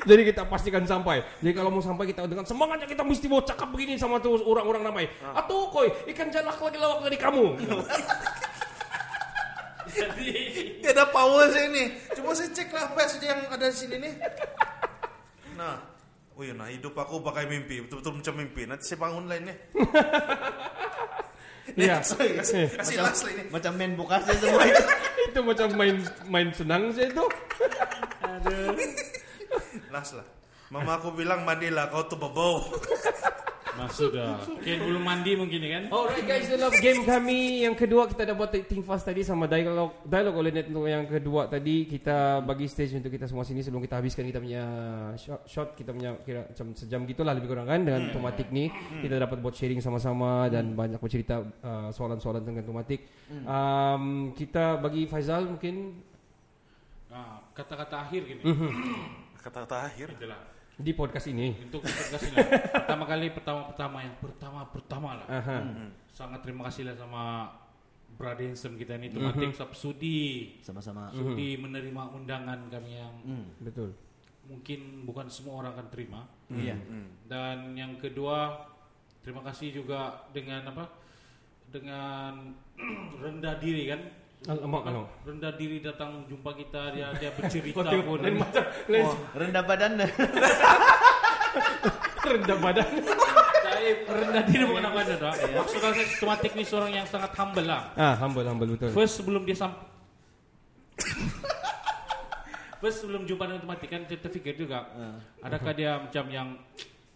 Speaker 2: Jadi kita pastikan sampai. Jadi kalau mau sampai kita dengan semangatnya kita mesti mau cakap begini sama tuh orang-orang ramai. Atau koi ikan jalak lagi lawak dari kamu.
Speaker 1: Tidak ada power saya ini. Coba saya cek lah best yang ada di sini nih. Nah, oh iya, nah hidup aku pakai mimpi, betul-betul macam mimpi. Nanti saya bangun lainnya.
Speaker 2: Iya.
Speaker 1: Kasih, kasih last lah ini.
Speaker 5: Macam main bokasnya semua itu.
Speaker 2: itu macam main main senang sih itu.
Speaker 1: Last lah. Mama aku bilang mandilah kau tuh bebau.
Speaker 4: masuk dah Ken belum mandi mungkin ya kan
Speaker 2: Alright guys, dalam game kami yang kedua kita dapat Think Fast tadi sama dialog dialog oleh net untuk yang kedua tadi kita bagi stage untuk kita semua sini sebelum kita habiskan kita punya shot, shot kita punya kira macam sejam gitulah lebih kurang kan dengan tematik ni kita dapat buat sharing sama-sama dan banyak bercerita uh, soalan-soalan tentang tematik. Um, kita bagi Faizal mungkin
Speaker 4: nah kata-kata akhir gini
Speaker 1: Kata-kata akhir.
Speaker 4: itulah
Speaker 2: di podcast ini.
Speaker 4: untuk kasih lah pertama kali pertama pertama yang pertama pertama lah Hmm.
Speaker 2: Aha.
Speaker 4: sangat terima kasih lah sama Brother Handsome kita ini
Speaker 2: Mhm.
Speaker 4: Tumatik Sabsudi
Speaker 5: Sama-sama.
Speaker 4: Sudi menerima undangan kami yang
Speaker 2: Betul.
Speaker 4: mungkin bukan semua orang akan terima
Speaker 2: Hmm.
Speaker 5: Iya.
Speaker 4: dan yang kedua terima kasih juga dengan apa dengan rendah diri kan
Speaker 2: Alamak, alamak.
Speaker 4: rendah diri datang jumpa kita dia dia bercerita pun
Speaker 2: Lain macam lain
Speaker 5: Wah, rendah badan dah.
Speaker 2: rendah badan.
Speaker 4: saya rendah diri bukan apa apa maksudnya saya Tumatik ini seorang yang sangat humble lah
Speaker 2: Ah, humble humble betul.
Speaker 4: First sebelum dia sampai First sebelum jumpa dengan tematik kan kita fikir juga Adakah dia macam yang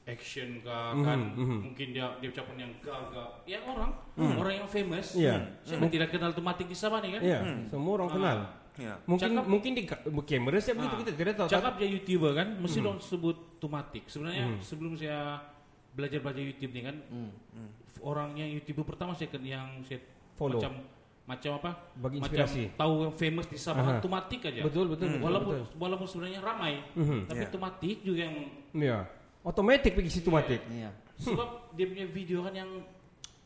Speaker 4: action ke kan mungkin dia dia ucapan yang gagah ya orang orang yang famous
Speaker 2: Iya.
Speaker 4: saya tidak kenal tematik di sana nih kan
Speaker 2: Ya, semua orang kenal.
Speaker 1: Ya.
Speaker 2: Mungkin
Speaker 4: Cakap-
Speaker 2: mungkin di ka- kamera siapa begitu kita tidak tahu.
Speaker 4: cakap dia youtuber kan
Speaker 2: Hmm.
Speaker 4: mesti dong sebut tematik sebenarnya sebelum saya belajar belajar YouTube nih kan
Speaker 2: Hmm,
Speaker 4: f- orangnya youtuber pertama saya ken- yang saya
Speaker 2: Follow.
Speaker 4: macam macam apa
Speaker 2: Bagi
Speaker 4: macam
Speaker 2: inspirasi.
Speaker 4: tahu yang famous di Sabah
Speaker 2: Aha.
Speaker 4: tematik aja
Speaker 2: Betul, Hmm. betul, betul,
Speaker 4: ya. walaupun
Speaker 2: betul.
Speaker 4: walaupun sebenarnya ramai tapi
Speaker 1: Yeah.
Speaker 4: tematik juga yang
Speaker 2: Ya. Otomatik pergi situ mati.
Speaker 5: Iya.
Speaker 2: Hmm.
Speaker 4: sebab dia punya video kan yang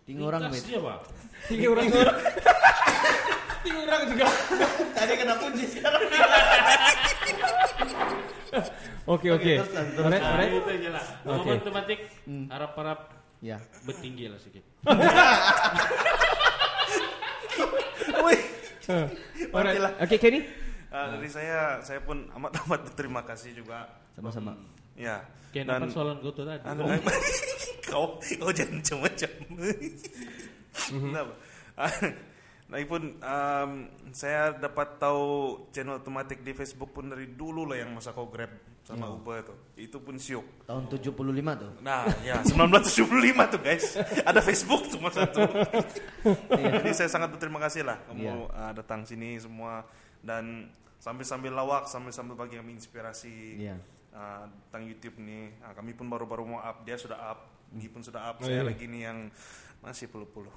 Speaker 5: Tinggi orang,
Speaker 4: ringkas
Speaker 5: Mit.
Speaker 4: dia
Speaker 2: Ah.
Speaker 4: pak
Speaker 2: Tiga orang juga. Tiga orang juga.
Speaker 5: Tadi kena kunci sekarang.
Speaker 2: Okey
Speaker 5: Oke,
Speaker 2: okey.
Speaker 5: terus, terus.
Speaker 2: Alright,
Speaker 4: nah,
Speaker 2: alright.
Speaker 4: itu aja lah
Speaker 2: Oke. Hmm.
Speaker 4: okay. tematik harap harap
Speaker 5: Ya.
Speaker 4: bertinggi lah sedikit
Speaker 2: Eh, Alright.
Speaker 1: Matilah.
Speaker 2: Okey Kenny.
Speaker 3: Ah,
Speaker 1: Eh, dari saya, saya pun amat-amat berterima kasih juga.
Speaker 5: Sama-sama.
Speaker 1: Ya.
Speaker 4: kayak
Speaker 1: Dan-
Speaker 4: apa soalan gue tuh tadi
Speaker 1: Anu, kau kau jangan macam-macam. Kenapa?
Speaker 3: Lagipun Ah, um, saya dapat tahu channel tematik di Facebook pun dari dulu lah yang masa kau Grab sama Uber itu. Itu pun syuk.
Speaker 5: Tahun 75 tuh.
Speaker 3: Nah, ya 1975 tuh guys. Ada Facebook cuma satu. Jadi saya sangat berterima kasih lah kamu
Speaker 5: Iya.
Speaker 3: uh, datang sini semua dan sambil-sambil lawak, sambil-sambil bagi kami inspirasi
Speaker 5: Iya.
Speaker 3: uh, tentang YouTube nih. Ah, kami pun baru-baru mau up, dia sudah up, dia pun sudah up.
Speaker 2: Oh,
Speaker 3: saya
Speaker 2: iya.
Speaker 3: lagi nih yang masih puluh-puluh.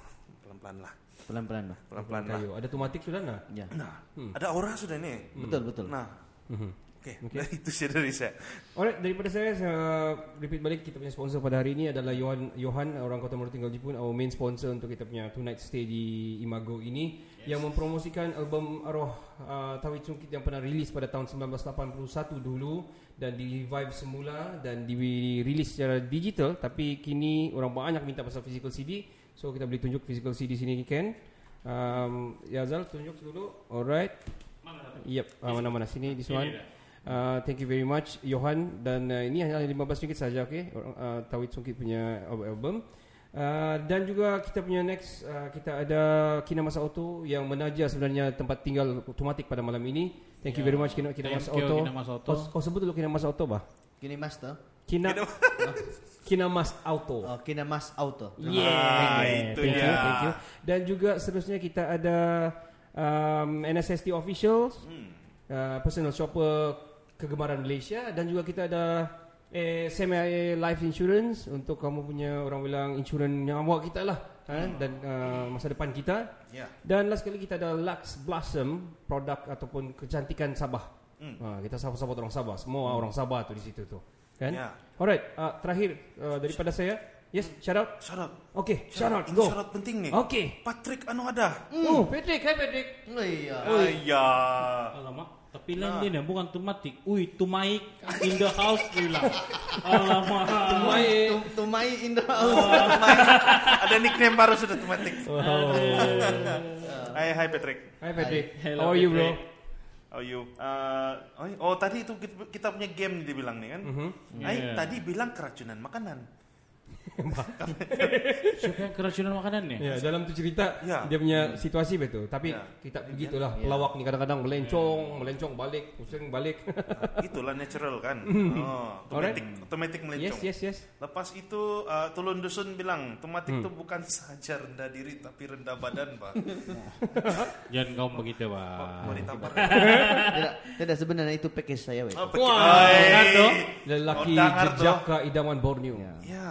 Speaker 3: Pelan-pelan lah,
Speaker 5: Pelan-pelan lah.
Speaker 3: pelan-pelan lah.
Speaker 2: Kayu. Ada tomatik sudah nah?
Speaker 5: Ya.
Speaker 3: Nah, ada aura sudah nih.
Speaker 5: Betul, betul.
Speaker 3: Nah,
Speaker 2: Mhm.
Speaker 3: oke, Nah, itu sih dari saya.
Speaker 2: Alright, daripada saya, saya repeat balik kita punya sponsor pada hari ini adalah Johan, Johan orang Kota Maru Tinggal Jepun, our main sponsor untuk kita punya tonight stay di Imago ini yang mempromosikan album Arwah uh, Tawid Sungkit yang pernah rilis pada tahun 1981 dulu dan di revive semula dan dirilis secara digital tapi kini orang banyak minta pasal physical CD so kita boleh tunjuk physical CD sini Ken um, Yazal tunjuk dulu alright Yep, ah, mana-mana sini this one. Uh, thank you very much Johan dan uh, ini hanya RM15 saja okey. Orang, Uh, Tawid Sungkit punya al- album. Uh, dan juga kita punya next uh, kita ada Kina Masa Auto yang menaja sebenarnya tempat tinggal otomatik pada malam ini. Thank you
Speaker 4: Ya.
Speaker 2: very much Kina, Kina
Speaker 4: Thank
Speaker 2: Masa
Speaker 4: you,
Speaker 2: Auto.
Speaker 4: Kina Mas Auto.
Speaker 2: Kau, kau sebut dulu Kina Masa Auto bah.
Speaker 5: Kini Mas tuh.
Speaker 2: Kina Kina Mas Auto.
Speaker 5: Oh, Kini Mas
Speaker 3: Ah,
Speaker 5: Auto.
Speaker 2: Yeah,
Speaker 3: itu
Speaker 2: Eh, thank
Speaker 3: dia.
Speaker 2: you, thank you. Dan juga seterusnya kita ada um, NSST officials,
Speaker 3: Hmm.
Speaker 2: uh, personal shopper kegemaran Malaysia dan juga kita ada eh, SMIA Life Insurance untuk kamu punya orang bilang insurans nyawa kita lah ha?
Speaker 3: Hmm.
Speaker 2: dan uh, masa depan kita.
Speaker 3: Ya.
Speaker 2: Dan last kali kita ada Lux Blossom produk ataupun kecantikan Sabah.
Speaker 3: Hmm.
Speaker 2: Ha, kita sama-sama orang Sabah, semua orang Sabah tu di situ tu. Kan?
Speaker 3: Ya.
Speaker 2: Alright, uh, terakhir uh, daripada saya. Yes, shout out.
Speaker 3: Syarat.
Speaker 2: Okay, shout out.
Speaker 3: Ini
Speaker 2: Go.
Speaker 3: syarat penting nih.
Speaker 2: Okay.
Speaker 3: Patrick anu ada.
Speaker 2: Oh, Patrick, hai Patrick.
Speaker 5: Oh, iya.
Speaker 3: Iya.
Speaker 4: Alamak. Tapi nah. lain dia bukan tumatik. Ui, tumaik in the house dia bilang. Alamak.
Speaker 2: Hai.
Speaker 5: Tum- Tumai Indra.
Speaker 3: Oh. Ada nickname baru sudah tematik. Hai hai Patrick.
Speaker 2: Hai Patrick.
Speaker 4: Hai. Hello,
Speaker 2: How are you, bro?
Speaker 4: Patrick.
Speaker 3: How are you? Uh, oh, oh, tadi itu kita- kita punya game dia bilang nih kan.
Speaker 2: Mhm.
Speaker 3: Hai,
Speaker 2: Iya.
Speaker 4: Yeah.
Speaker 3: tadi bilang keracunan makanan.
Speaker 4: Siapa yang Kan keracunan makanan ni?
Speaker 2: Ya, dalam tu cerita
Speaker 3: Ya.
Speaker 2: dia punya situasi betul. Tapi
Speaker 3: Ya.
Speaker 2: kita begitulah pelawak ni kadang-kadang melencong, melencong balik, pusing balik.
Speaker 3: Ah, Itulah natural kan. Oh,
Speaker 2: Alright.
Speaker 3: automatic, automatic
Speaker 2: yes,
Speaker 3: melencong.
Speaker 2: Mhm. yes, yes.
Speaker 3: Lepas itu uh, Tulun Dusun bilang tematik
Speaker 2: Hmm.
Speaker 3: itu bukan saja rendah diri tapi rendah badan, Pak.
Speaker 4: Jangan kau begitu,
Speaker 2: Ah.
Speaker 3: Mau
Speaker 4: Pak.
Speaker 3: ditampar.
Speaker 5: tidak, tidak sebenarnya itu package saya, weh.
Speaker 3: Oh,
Speaker 4: Wah,
Speaker 3: Oi.
Speaker 4: dengar tu.
Speaker 2: Lelaki
Speaker 3: Oh, dengar tu.
Speaker 2: jejaka idaman Borneo.
Speaker 5: Ya.
Speaker 3: Ya.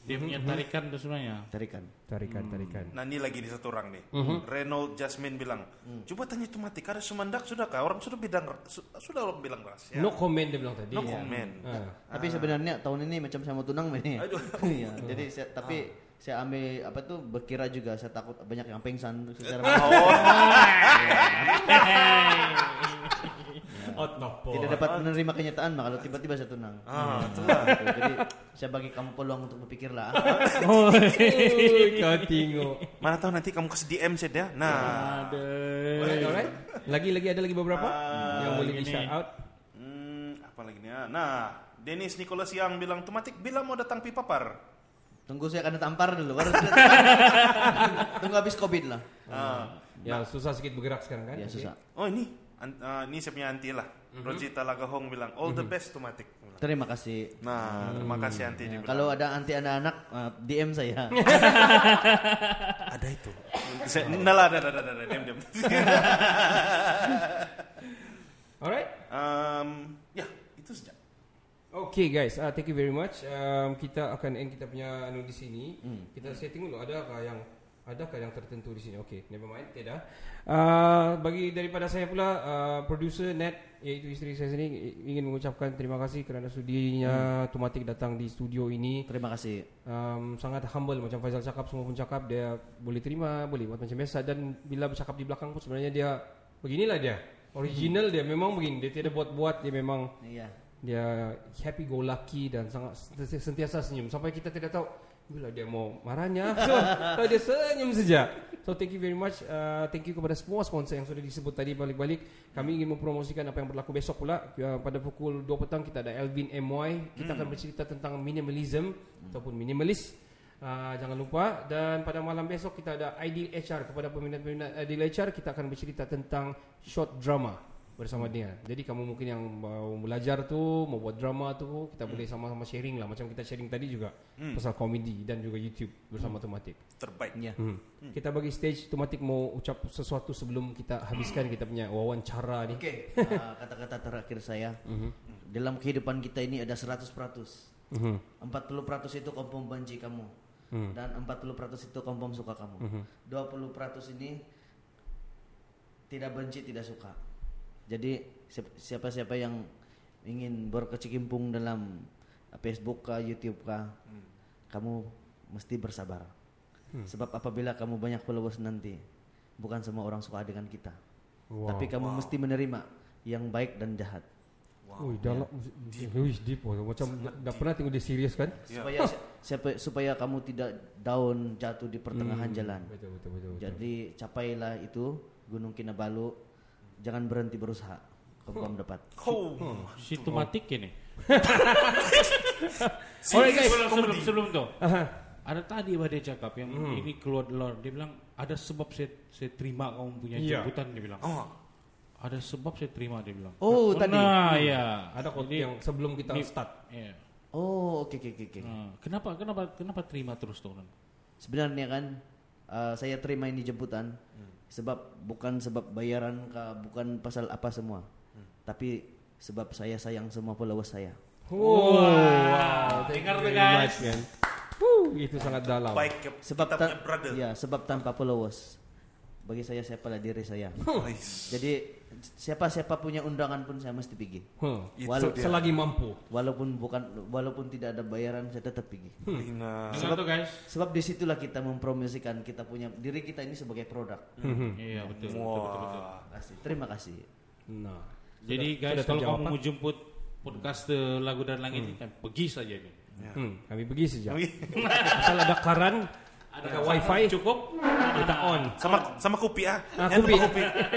Speaker 4: Dia punya tarikan tu sebenarnya.
Speaker 5: Tarikan.
Speaker 2: Tarikan, tarikan.
Speaker 3: Nah ini lagi di satu orang nih. Reynold Jasmine bilang, coba tanya itu mati karena Sumandak sudah kah? Orang sudah bilang su- sudah orang bilang ras. Ya.
Speaker 2: No comment dia bilang tadi.
Speaker 3: No
Speaker 2: Ya.
Speaker 3: comment.
Speaker 2: Ha.
Speaker 5: Tapi sebenarnya tahun ini macam saya mau tunang ini. Iya. Jadi saya tapi saya ambil apa tuh berkira juga saya takut banyak yang pingsan secara
Speaker 2: Out no
Speaker 5: kan? tidak
Speaker 2: point.
Speaker 5: dapat menerima kenyataan mah kalau tiba-tiba saya tunang.
Speaker 3: Ah,
Speaker 5: itulah. Jadi saya bagi kamu peluang untuk berpikir lah.
Speaker 2: Oh, Kau tengok.
Speaker 3: Mana tahu nanti kamu kasih DM saja dia. Nah.
Speaker 2: Alright, alright. Lagi-lagi ada lagi beberapa
Speaker 3: Ah,
Speaker 2: yang boleh di
Speaker 4: gini.
Speaker 2: shout out.
Speaker 3: Hmm, apa lagi nih? ya? Nah, Dennis Nicholas yang bilang tematik bila mau datang pipapar.
Speaker 5: Tunggu saya akan tampar dulu baru. saya- Tunggu habis covid lah.
Speaker 3: Ah.
Speaker 2: Ya, susah sikit bergerak sekarang kan?
Speaker 5: Ya
Speaker 2: Okey.
Speaker 5: susah.
Speaker 3: Oh ini, an- ah, ini saya punya anti lah. Rosita Lagahong bilang all the best tematik.
Speaker 5: Terima kasih.
Speaker 3: Nah, terima kasih anti dia
Speaker 5: Ya,
Speaker 3: bilang.
Speaker 5: kalau ada anti anak-anak eh, DM saya.
Speaker 3: ada itu. Saya, nah, lah, nah, nah, nah, nah, nah, diam, diam.
Speaker 2: Alright.
Speaker 3: um, ya, itu sejak.
Speaker 2: Okay guys, uh, thank you very much. Um, kita akan end kita punya anu di sini. Kita setting dulu adakah yang adakah yang tertentu di sini? Okay, never mind, tidak. Uh, bagi daripada saya pula uh, producer Nat iaitu isteri saya sendiri i- ingin mengucapkan terima kasih kerana sudinya Tumatik datang di studio ini.
Speaker 5: Terima kasih.
Speaker 2: um, sangat humble macam Faizal cakap semua pun cakap dia boleh terima boleh buat macam biasa dan bila bercakap di belakang pun sebenarnya dia beginilah dia original dia memang begini dia tidak buat-buat dia memang
Speaker 5: Iya.
Speaker 2: dia happy go lucky dan sangat senti- sentiasa senyum sampai kita tidak tahu bila dia mau marahnya so so dia senyum saja so thank you very much uh, thank you kepada semua sponsor yang sudah disebut tadi balik-balik kami ingin mempromosikan apa yang berlaku besok pula uh, pada pukul 2 petang kita ada Elvin MY kita akan bercerita tentang minimalism ataupun minimalis Uh, jangan lupa dan pada malam besok kita ada Ideal HR kepada peminat-peminat Ideal HR kita akan bercerita tentang short drama bersama dia. Jadi kamu mungkin yang mau belajar tu, mau buat drama tu, kita boleh sama-sama sharing lah macam kita sharing tadi juga pasal komedi dan juga YouTube bersama Tumatik.
Speaker 1: Terbaik.
Speaker 5: Ya.
Speaker 2: Hmm. Kita bagi stage Tumatik mau ucap sesuatu sebelum kita habiskan kita punya wawancara ni.
Speaker 5: Oke, ah, kata-kata terakhir saya. Dalam kehidupan kita ini ada 100%.
Speaker 2: Mhm.
Speaker 5: 40% itu kompom benci kamu. Dan 40% itu kompom suka kamu. 20% ini tidak benci, tidak suka. Jadi siap- siapa-siapa yang ingin berkecimpung dalam Facebook kah, YouTube kah,
Speaker 2: Hmm.
Speaker 5: kamu mesti bersabar. Sebab apabila kamu banyak followers nanti, bukan semua orang suka dengan kita. Tapi kamu mesti menerima yang baik dan jahat.
Speaker 2: Ui, dalam deep. Ui, deep. Oh, macam dah pernah tengok dia serius kan?
Speaker 5: Supaya si- siapa, supaya kamu tidak down jatuh di pertengahan jalan.
Speaker 2: Hmm. Betul betul betul. betul.
Speaker 5: Jadi capailah itu Gunung Kinabalu. Jangan berhenti berusaha. Kamu akan dapat.
Speaker 1: Oh.
Speaker 4: Sintomatik ini.
Speaker 1: Serius
Speaker 4: sebelum, sebelum,
Speaker 1: komedi.
Speaker 4: sebelum tu. Ada tadi apa dia cakap yang ini keluar luar. Dia bilang ada sebab saya, saya terima kamu punya
Speaker 2: Ya.
Speaker 4: jemputan dia bilang.
Speaker 1: Oh.
Speaker 4: Ada sebab saya terima dia bilang.
Speaker 5: Oh, tadi.
Speaker 4: Nah, ya.
Speaker 2: Ada kok yang sebelum kita start.
Speaker 4: Ya.
Speaker 5: Oh, oke oke oke, oke.
Speaker 1: Hmm.
Speaker 4: Nah, kenapa kenapa kenapa terima terus tuh?
Speaker 5: Sebenarnya kan uh, saya terima ini jemputan
Speaker 1: Hmm.
Speaker 5: sebab bukan sebab bayaran kah, bukan pasal apa semua.
Speaker 1: Hmm.
Speaker 5: Tapi sebab saya sayang semua followers saya.
Speaker 2: Oh, Wow.
Speaker 4: Thank
Speaker 2: Dengar
Speaker 4: you
Speaker 2: tu
Speaker 4: very
Speaker 2: guys.
Speaker 4: much,
Speaker 2: Kan? Woo, itu sangat dalam.
Speaker 1: Baik ke
Speaker 5: Sebab
Speaker 1: kita punya
Speaker 5: ta-
Speaker 1: brother.
Speaker 5: ya, sebab tanpa followers bagi saya siapalah diri saya.
Speaker 1: Nice.
Speaker 5: Jadi siapa-siapa punya undangan pun saya mesti pergi.
Speaker 2: Huh.
Speaker 1: Itu
Speaker 5: Walau-
Speaker 1: dia.
Speaker 2: Selagi mampu.
Speaker 5: Walaupun bukan walaupun tidak ada bayaran saya tetap pergi.
Speaker 1: Nah,
Speaker 4: Dengar tuh guys.
Speaker 5: Sebab disitulah kita mempromosikan kita punya diri kita ini sebagai produk.
Speaker 2: Hmm.
Speaker 4: Iya betul.
Speaker 1: Wah.
Speaker 5: Kasih. Terima kasih.
Speaker 2: Nah.
Speaker 4: Jadi
Speaker 2: Sudah-
Speaker 4: guys
Speaker 2: sudah
Speaker 4: kalau
Speaker 2: terjawab,
Speaker 4: kamu
Speaker 2: Pak?
Speaker 4: mau jemput podcast eh, lagu dan langit ini kan pergi saja ini.
Speaker 2: hmm, kami pergi saja. Asal ada karan, ada wifi cukup, kita on.
Speaker 1: Sama sama kopi ah.
Speaker 2: Ah,
Speaker 1: Jangan lupa
Speaker 2: kopi.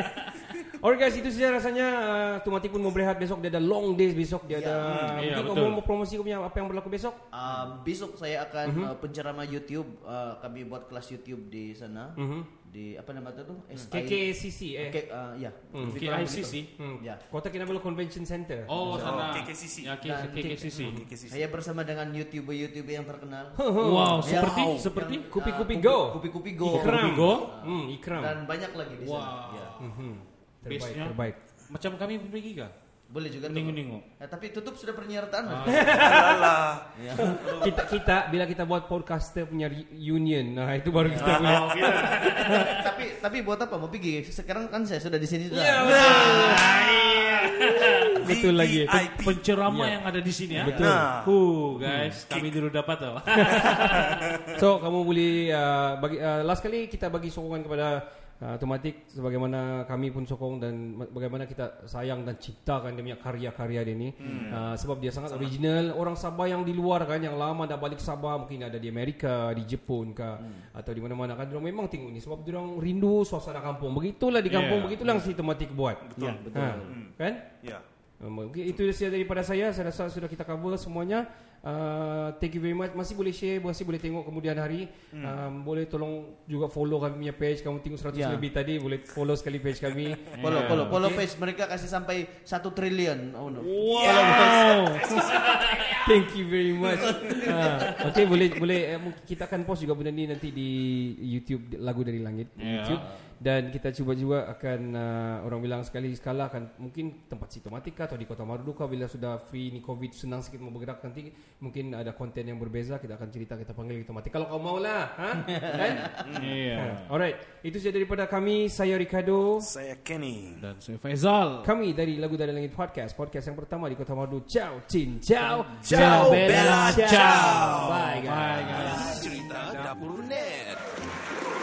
Speaker 2: Alright guys, itu saja rasanya uh, Tumati pun mau berehat besok Dia ada long days besok Dia ada
Speaker 4: Ya,
Speaker 2: Mungkin
Speaker 4: betul.
Speaker 2: kau mau promosi kau punya Apa yang berlaku besok
Speaker 5: Uh, besok saya akan
Speaker 4: Mhm.
Speaker 5: uh, penceramah YouTube. uh, kami buat kelas YouTube di sana.
Speaker 4: Mhm.
Speaker 5: Di apa nama itu?
Speaker 4: Hmm.
Speaker 2: KKCC eh
Speaker 5: Oke, uh, ya. Lebih kurang begitu.
Speaker 4: KICC.
Speaker 2: Hmm.
Speaker 5: Ya.
Speaker 2: Kota Kinabalu Convention Center
Speaker 1: Oh,
Speaker 4: Oh, sana.
Speaker 1: KKCC.
Speaker 4: Ya, K-
Speaker 5: Dan
Speaker 4: KKCC.
Speaker 1: Oke, sih.
Speaker 5: Saya bersama dengan YouTuber-YouTuber yang terkenal.
Speaker 2: Uh-huh.
Speaker 4: Wow,
Speaker 5: Yang-
Speaker 4: seperti
Speaker 5: yang,
Speaker 4: seperti
Speaker 5: uh,
Speaker 2: Kupi-Kupi Go.
Speaker 5: Kupi-kupi go.
Speaker 2: Ikram
Speaker 4: Go.
Speaker 2: hmm, Ikram
Speaker 5: Dan banyak lagi di sana.
Speaker 4: Wow.
Speaker 5: Ya.
Speaker 2: Terbaik
Speaker 4: base-nya.
Speaker 2: Terbaik
Speaker 4: macam kami pergi kah?
Speaker 5: Boleh juga tuh.
Speaker 4: Ningu-ningu.
Speaker 5: Eh, tapi tutup sudah penyertaan.
Speaker 4: Ah,
Speaker 5: Mas.
Speaker 4: iya.
Speaker 1: Alah.
Speaker 5: Ya.
Speaker 2: kita kita bila kita buat podcaster punya reunion nah itu baru kita punya
Speaker 5: tapi tapi buat apa mau pergi? Sekarang kan saya sudah di sini sudah.
Speaker 4: Iya,
Speaker 2: Betul lagi.
Speaker 1: VIP.
Speaker 4: Penceramah yang ada di sini ya.
Speaker 2: Betul.
Speaker 1: Nah.
Speaker 4: Huh, guys, kami dulu dapat tau.
Speaker 2: so kamu boleh uh, bagi uh, last kali kita bagi sokongan kepada uh, Tumatik sebagaimana kami pun sokong dan ma- bagaimana kita sayang dan ciptakan dia punya karya-karya dia ni uh, sebab dia sangat original orang Sabah yang di luar kan yang lama dah balik Sabah mungkin ada di Amerika di Jepun ke atau di mana-mana kan dia orang memang tengok ni sebab dia orang rindu suasana kampung begitulah di kampung
Speaker 4: Yeah.
Speaker 2: begitulah yang si Tumatik buat
Speaker 1: Betul.
Speaker 5: Ya, betul.
Speaker 2: ha, kan
Speaker 1: Ya.
Speaker 2: Um, okay, itu saja daripada saya. Saya rasa sudah kita cover semuanya. Uh, thank you very much. Masih boleh share, masih boleh tengok kemudian hari. Um, boleh tolong juga follow kami punya page. Kamu tengok 100
Speaker 5: Ya.
Speaker 2: lebih tadi, boleh follow sekali page kami.
Speaker 5: Follow, follow, follow page mereka kasih sampai 1 triliun. Oh no.
Speaker 2: Wow. thank you very much. Uh, okay, boleh boleh eh, mungkin kita akan post juga benda ni nanti di YouTube lagu dari langit di
Speaker 4: Ya.
Speaker 2: YouTube dan kita cuba juga akan uh, orang bilang sekali sekala akan mungkin tempat sitomatika atau di Kota Marduka bila sudah free ni covid senang sikit mau bergerak nanti mungkin ada konten yang berbeza kita akan cerita kita panggil sitomatika kalau kau mau lah ha kan
Speaker 4: Hmm. Iya.
Speaker 2: alright itu saja daripada kami saya Ricardo
Speaker 1: Saya Kenny.
Speaker 4: Dan saya Faisal.
Speaker 2: kami dari Lagu dari Langit Podcast Podcast yang pertama di Kota Mardu Ciao Cin Ciao
Speaker 1: Ciao, Bella, ciao.
Speaker 2: Bye guys
Speaker 1: Cerita dapur net.